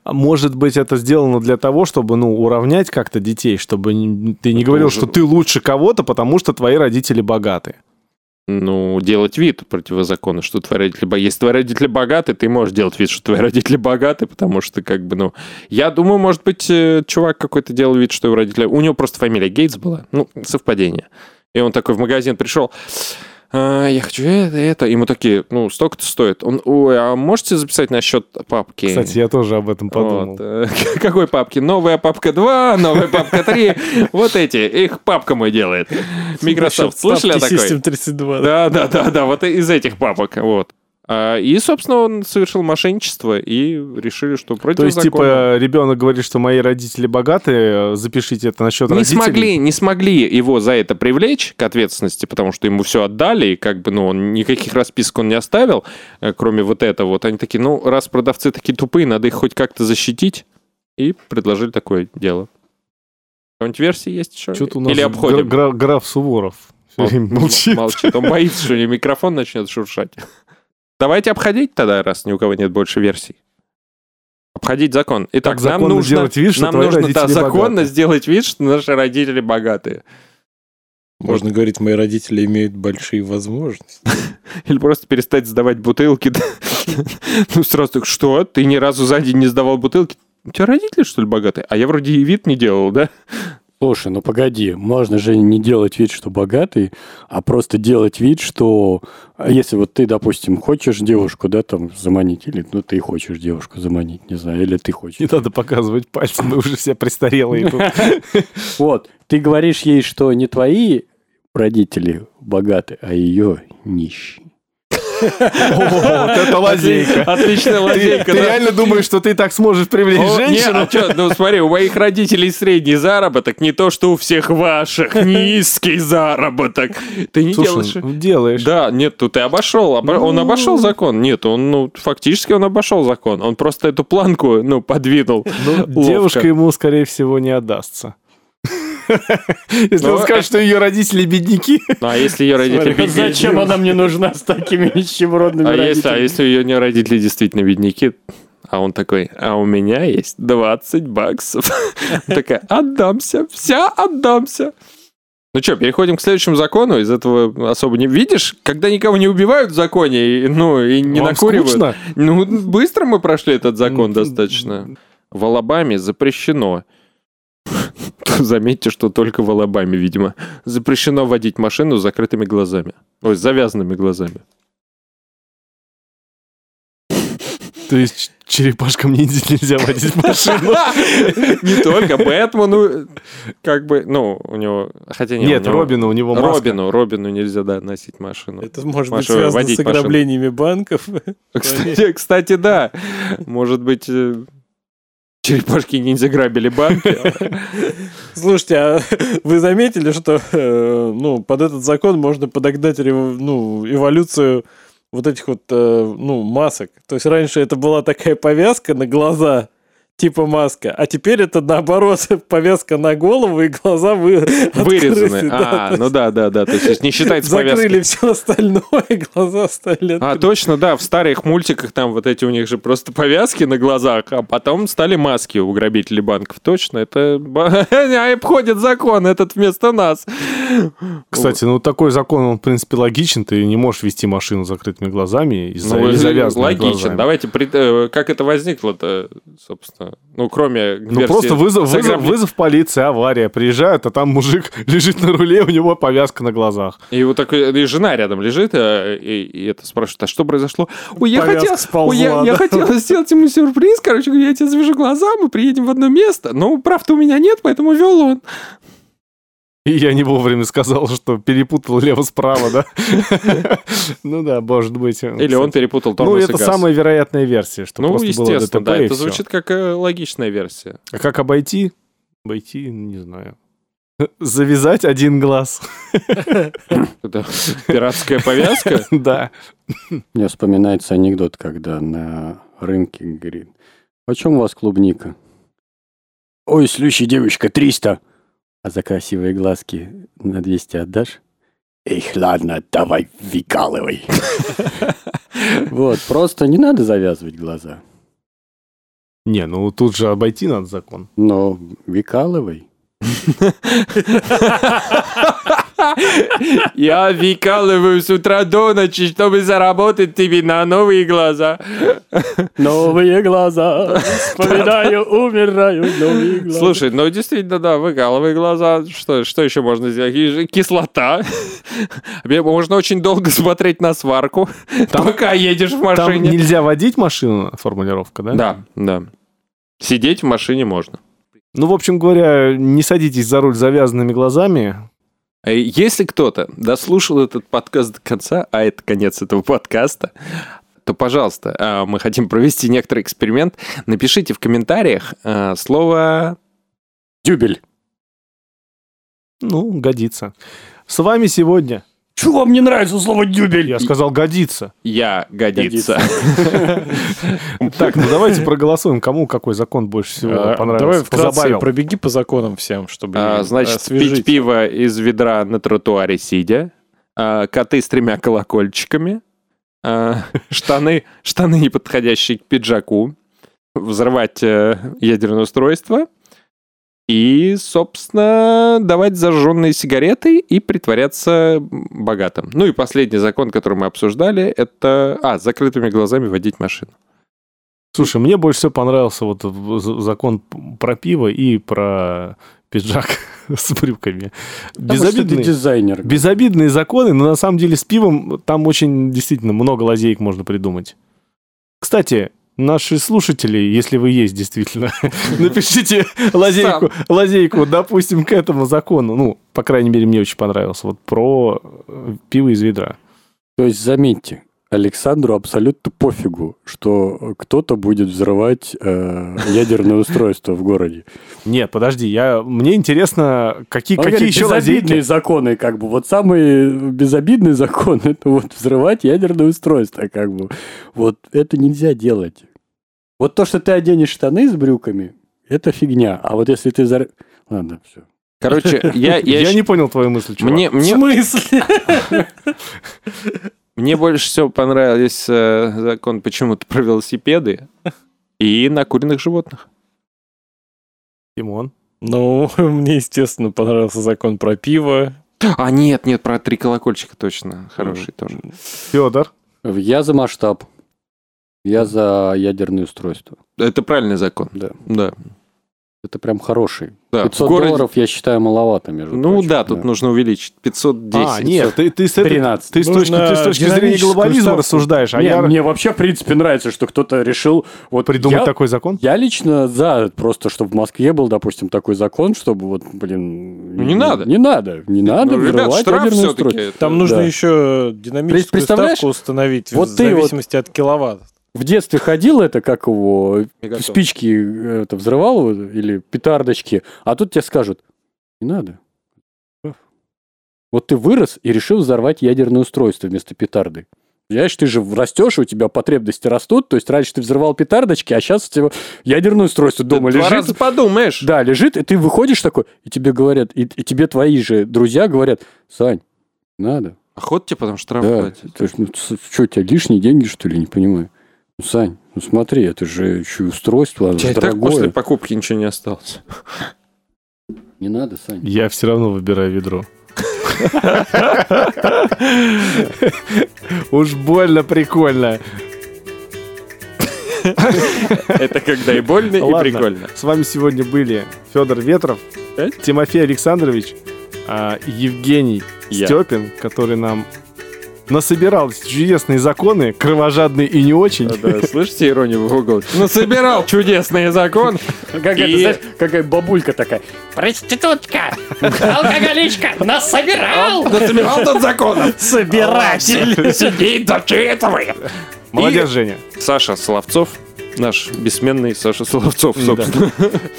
Speaker 1: может быть это сделано для того, чтобы, ну, уравнять как-то детей, чтобы н- ты не говорил,
Speaker 5: уже-
Speaker 1: что ты лучше кого-то, потому что твои родители богаты.
Speaker 5: Ну, делать вид противозаконно, что твои родители богаты. Если твои родители богаты, ты можешь делать вид, что твои родители богаты, потому что, как бы, ну... Я думаю, может быть, э, чувак какой-то делал вид, что его родители... У него просто фамилия Гейтс была. Ну, совпадение. И он такой в магазин пришел... «А, я хочу это, это. Ему такие, ну, столько-то стоит. Он, ой, а можете записать на счет папки?
Speaker 1: Кстати, я тоже об этом подумал.
Speaker 5: Вот, э, Какой папки? Новая папка 2, новая папка 3. Вот эти. Их папка мой делает. Microsoft. Слышали о такой?
Speaker 4: 32.
Speaker 5: Да, да, да, да. Вот из этих папок. Вот. А, И, собственно, он совершил мошенничество и решили, что
Speaker 1: То есть,
Speaker 5: противозаконно.
Speaker 1: типа, ребенок говорит, что мои родители богаты, э, запишите это насчет
Speaker 5: Не
Speaker 1: родителей.
Speaker 5: смогли, не смогли его за это привлечь к ответственности, потому что ему все отдали, и как бы, ну, он никаких расписок он не оставил, э, кроме вот этого. Вот они такие, ну, раз продавцы такие тупые, надо их хоть как-то защитить, и предложили такое дело. Какая-нибудь версия есть еще?
Speaker 1: Что-то у нас
Speaker 5: Или обходим?
Speaker 1: гра- гра- граф Суворов все
Speaker 5: Мол-
Speaker 1: время молчит.
Speaker 5: Молчит, он боится, что у него микрофон начнет шуршать. Давайте обходить тогда, раз ни у кого нет больше версий. Обходить закон. Итак,
Speaker 1: Так,
Speaker 5: нам
Speaker 1: законно
Speaker 5: нужно,
Speaker 1: сделать вид, что
Speaker 5: нам
Speaker 1: твои
Speaker 5: нужно да,
Speaker 1: родители
Speaker 5: законно
Speaker 1: богаты.
Speaker 5: сделать вид, что наши родители богатые.
Speaker 4: Можно говорить, мои родители имеют большие возможности.
Speaker 5: Или просто перестать сдавать бутылки. да. Ну, сразу так, что? Ты ни разу за день не сдавал бутылки? У тебя родители, что ли, богатые? А я вроде и вид не делал, да?
Speaker 2: Слушай, ну погоди, можно же не делать вид, что богатый, а просто делать вид, что а если вот ты, допустим, хочешь девушку, да, там заманить, или ну ты хочешь девушку заманить, не знаю, или ты
Speaker 1: Не
Speaker 2: хочешь.
Speaker 1: надо показывать пальцем, мы уже все престарелые тут.
Speaker 2: Вот, ты говоришь ей, что не твои родители богаты, а ее нищие.
Speaker 1: Вот это лазейка.
Speaker 5: Отличная
Speaker 1: Ты
Speaker 5: лазейка,
Speaker 1: ты
Speaker 5: да?
Speaker 1: реально думаешь, что ты так сможешь привлечь
Speaker 5: О, не,
Speaker 1: женщину?
Speaker 5: а чё, ну смотри, у моих родителей средний заработок не то, что у всех ваших. Низкий заработок. Ты не делаешь...
Speaker 1: Слушай, ну, делаешь.
Speaker 5: Да, нет, тут ты обошел. обо- Он обошел закон. Нет, он, ну, фактически он обошел закон. Он просто эту планку, ну, подвинул.
Speaker 1: Ну,
Speaker 5: ловко.
Speaker 1: девушка ему, скорее всего, не отдастся. Если
Speaker 5: Ну,
Speaker 1: он скажет, что ее родители бедняки.
Speaker 5: Ну, а если ее родители... бедняки?
Speaker 2: она мне нужна с такими нищебродными
Speaker 5: А если, а если ее не родители действительно бедняки? А он такой, а у меня есть 20 баксов. Он Такая, отдамся, вся отдамся. Ну что, переходим к следующему закону. Из этого особо не видишь. Когда никого не убивают в законе, и, ну, и не
Speaker 1: Вам
Speaker 5: накуривают.
Speaker 1: скучно?
Speaker 5: Ну, быстро мы прошли этот закон достаточно. В Алабаме запрещено. Заметьте, что только в Алабаме, видимо. Запрещено водить машину с закрытыми глазами. Ой, с завязанными глазами.
Speaker 1: То есть ч- черепашкам ниндзя нельзя водить машину.
Speaker 5: Не только Бэтмену, как бы, ну, у него... Хотя не, у
Speaker 1: Нет,
Speaker 5: него-
Speaker 1: Робину, у него маска.
Speaker 5: Робину, Робину нельзя, да, носить машину.
Speaker 4: Это может быть
Speaker 5: Маша,
Speaker 4: связано
Speaker 5: водить
Speaker 4: с ограблениями банков.
Speaker 5: Кстати, кстати, да. Может быть, э, черепашки ниндзя грабили банки.
Speaker 4: Слушайте, а вы заметили, что э, ну, под этот закон можно подогнать рево- ну, эволюцию вот этих вот э, ну, масок? То есть раньше это была такая повязка на глаза, типа маска, а теперь это наоборот повязка на голову и глаза вы...
Speaker 5: Вырезаны.
Speaker 4: открыты, да,
Speaker 5: А,
Speaker 4: то
Speaker 5: ну
Speaker 4: есть
Speaker 5: да, да, да. То есть не считается
Speaker 4: Закрыли
Speaker 5: повязкой.
Speaker 4: все остальное, и глаза стали...
Speaker 5: А,
Speaker 4: открыты.
Speaker 5: точно, да, в старых мультиках там вот эти у них же просто повязки на глазах, а потом стали маски у грабителей банков. Точно, это... ба- Они обходят закон этот вместо нас.
Speaker 1: Кстати, ну такой закон, он, в принципе, логичен. Ты не можешь вести машину с закрытыми глазами и за-
Speaker 5: Ну,
Speaker 1: и завязанными
Speaker 5: логичен.
Speaker 1: глазами.
Speaker 5: Давайте, пред- э, как это возникло-то, собственно? Ну, кроме
Speaker 1: Ну,
Speaker 5: версии
Speaker 1: просто вызов,
Speaker 5: с
Speaker 1: вызов,
Speaker 5: ограбле-
Speaker 1: вызов полиции, авария. Приезжают, а там мужик лежит на руле, у него повязка на глазах.
Speaker 5: И вот такой, и жена рядом лежит, а, и, и это спрашивает, а что произошло? Ой, я
Speaker 4: Повязка
Speaker 5: хотел,
Speaker 4: сползла,
Speaker 5: ой, я,
Speaker 4: да.
Speaker 5: я хотела сделать ему сюрприз, короче, говорю, я тебя завяжу глаза, мы приедем в одно место, но прав-то у меня нет, поэтому вел он.
Speaker 1: И я не вовремя сказал, что перепутал лево-справа, да? Ну да, может быть.
Speaker 5: Или он перепутал
Speaker 1: Ну,
Speaker 5: тормоз и
Speaker 1: это
Speaker 5: газ.
Speaker 1: самая вероятная версия, что
Speaker 5: ну,
Speaker 1: просто было
Speaker 5: естественно,
Speaker 1: ДТП,
Speaker 5: да,
Speaker 1: и
Speaker 5: это
Speaker 1: всё.
Speaker 5: звучит как э, логичная версия.
Speaker 1: А как обойти? Обойти, не знаю. Завязать один глаз.
Speaker 5: Это пиратская повязка.
Speaker 1: Да.
Speaker 2: Мне вспоминается анекдот, когда на рынке говорит, о чем у вас клубника? Ой, слющая девочка, 300. А за красивые глазки на 200 отдашь? Эх, ладно, давай выкалывай. Вот, просто не надо завязывать глаза.
Speaker 1: Не, ну тут же обойти надо закон.
Speaker 2: Но выкалывай.
Speaker 5: Я выкалываю с утра до ночи, чтобы заработать тебе на новые глаза.
Speaker 2: Новые глаза, вспоминаю, умираю, новые глаза.
Speaker 5: Слушай, ну действительно, да, выкалывай глаза. Что, что еще можно сделать? Есть же Кислота. Мне Можно очень долго смотреть на сварку, пока едешь в
Speaker 1: Там
Speaker 5: машине.
Speaker 1: нельзя водить машину, формулировка, да?
Speaker 5: Да, да. Сидеть в машине можно.
Speaker 1: Ну, в общем говоря, не садитесь за руль с завязанными глазами.
Speaker 5: Э, Если кто-то дослушал этот подкаст до конца, а это конец этого подкаста, то, пожалуйста, а, мы хотим провести некоторый эксперимент. Напишите в комментариях а, слово
Speaker 2: Дюбель.
Speaker 1: Ну, годится. С вами сегодня,
Speaker 2: Чего вам не нравится слово дюбель?
Speaker 1: я сказал, годится.
Speaker 5: «Я годится».
Speaker 1: Так, ну давайте проголосуем, кому какой закон больше всего
Speaker 4: А,
Speaker 1: понравился.
Speaker 4: Давай вкратце
Speaker 1: позабавил.
Speaker 4: пробеги по законам всем, чтобы
Speaker 5: А,
Speaker 4: не
Speaker 5: Значит,
Speaker 4: освежить.
Speaker 5: пить пиво из ведра на тротуаре сидя, а, коты с тремя колокольчиками, а, штаны, штаны неподходящие к пиджаку, взрывать э, ядерное устройство и, собственно, давать зажженные сигареты и притворяться богатым. Ну и последний закон, который мы обсуждали, это... А, с закрытыми глазами водить машину.
Speaker 1: Слушай, мне больше всего понравился вот в- з- закон п- про пиво и про пиджак с брюками.
Speaker 2: Потому что ты
Speaker 1: Безобидные,
Speaker 2: дизайнер.
Speaker 1: безобидные законы, но на самом деле с пивом там очень действительно много лазеек можно придумать. Кстати, наши слушатели, если вы есть действительно, напишите лазейку, лазейку, допустим, к этому закону. Ну, по крайней мере, мне очень понравился. Вот про э, пиво из ведра.
Speaker 2: То есть, заметьте, Александру абсолютно пофигу, что э, кто-то будет взрывать э, ядерное устройство в городе.
Speaker 1: Нет, подожди, я, мне интересно, какие,
Speaker 2: Он
Speaker 1: какие
Speaker 2: говорит,
Speaker 1: еще лазейки?
Speaker 2: безобидные законы, как бы. Вот самый э, безобидный закон – это вот взрывать ядерное устройство, как бы. Вот это нельзя делать. Вот то, что ты оденешь штаны с брюками, это фигня. А вот если ты... зар- Ладно, все.
Speaker 5: Короче, я...
Speaker 1: Я,
Speaker 5: щ-
Speaker 1: не понял твою мысль, чувак.
Speaker 5: мне,
Speaker 4: В
Speaker 5: мне,
Speaker 4: смысле?
Speaker 5: э, Мне больше всего понравился закон почему-то про велосипеды. и на куриных животных.
Speaker 1: Тимон.
Speaker 4: Ну, мне, естественно, понравился закон про пиво.
Speaker 5: А нет, нет, про три колокольчика точно. Хороший тоже.
Speaker 1: Федор.
Speaker 2: Я за масштаб. Я за ядерное устройство.
Speaker 5: Это правильный закон.
Speaker 2: Да.
Speaker 5: Да.
Speaker 2: Это прям хороший.
Speaker 5: да.
Speaker 2: 500
Speaker 5: В городе-
Speaker 2: долларов, я считаю, маловато, между
Speaker 5: Ну
Speaker 2: прочим,
Speaker 5: да, тут нужно увеличить. 510.
Speaker 1: А, нет, ты, ты с этой-
Speaker 2: 13.
Speaker 1: ты с точки,
Speaker 4: Нужно
Speaker 1: ты с точки зрения
Speaker 4: динамическую
Speaker 1: глобализма
Speaker 4: ставку.
Speaker 1: рассуждаешь, а
Speaker 2: Не,
Speaker 1: я
Speaker 2: Мне вообще, в принципе, нравится, что кто-то решил... Вот
Speaker 1: придумать
Speaker 2: я-
Speaker 1: такой закон?
Speaker 2: Я лично за, просто чтобы в Москве был, допустим, такой закон, чтобы вот, блин...
Speaker 5: Ну, не надо.
Speaker 2: Не надо, не надо
Speaker 5: Ну, ребят,
Speaker 2: взрывать
Speaker 5: штраф
Speaker 2: ядерное устройство.
Speaker 5: все-таки.
Speaker 4: Там нужно
Speaker 2: Да.
Speaker 4: еще
Speaker 2: Пред-
Speaker 4: динамическую
Speaker 2: представляешь,
Speaker 4: ставку установить
Speaker 2: вот
Speaker 4: в
Speaker 2: ты вот-
Speaker 4: зависимости от киловатт.
Speaker 2: В детстве ходил это, как его, спички э, это, взрывал вот, или петардочки, а тут тебе скажут, не надо. Вот ты вырос и решил взорвать ядерное устройство вместо петарды. Понимаешь, ты же растешь, у тебя потребности растут, то есть раньше ты взрывал петардочки, а сейчас у тебя ядерное устройство дома
Speaker 5: Два
Speaker 2: лежит.
Speaker 5: раза подумаешь.
Speaker 2: Да, лежит, и ты выходишь такой, и тебе говорят, и, и тебе твои же друзья говорят, Сань, надо.
Speaker 5: Охота тебе потом штраф
Speaker 2: Да,
Speaker 5: платить.
Speaker 2: то есть, ну, что, у тебя лишние деньги, что ли, не понимаю. Ну, Сань, ну смотри, это же еще и устройство, оно
Speaker 5: У тебя
Speaker 2: же
Speaker 5: и так после
Speaker 2: дорогое.
Speaker 5: покупки ничего не осталось.
Speaker 2: Не надо, Сань.
Speaker 1: Я все равно выбираю ведро. Уж больно прикольно.
Speaker 5: Это когда и больно, и
Speaker 1: Ладно.
Speaker 5: прикольно.
Speaker 1: С вами сегодня были Федор Ветров, Тимофей Александрович, а, Евгений
Speaker 5: Я.
Speaker 1: Степин, который нам насобирал чудесные законы, кровожадные и не очень.
Speaker 5: Ну Да, слышите иронию в угол? Ну, собирал чудесный закон.
Speaker 2: Как
Speaker 5: И-
Speaker 2: это, знаешь, какая бабулька такая, проститутка, алкоголичка, нас собирал!
Speaker 5: Да собирал тот закон. Собиратель. Сиди, дочитывай.
Speaker 1: Молодец, Женя.
Speaker 5: Саша Соловцов. Наш бессменный Саша Соловцов, собственно.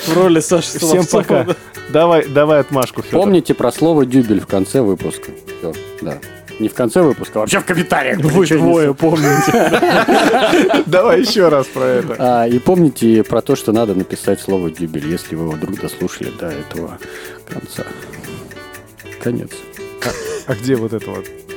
Speaker 4: В роли Саши
Speaker 1: Всем
Speaker 4: Соловцова.
Speaker 1: пока. Давай, давай отмашку, Федор.
Speaker 2: Помните про слово «дюбель» в конце выпуска. Всё, да. Не в конце выпуска, а вообще в комментариях.
Speaker 4: Вы
Speaker 2: Причём,
Speaker 4: двое помните.
Speaker 1: Давай еще раз про это.
Speaker 2: А, и помните про то, что надо написать слово «дюбель», если вы его вдруг дослушали до этого конца. Конец.
Speaker 1: А где вот это вот?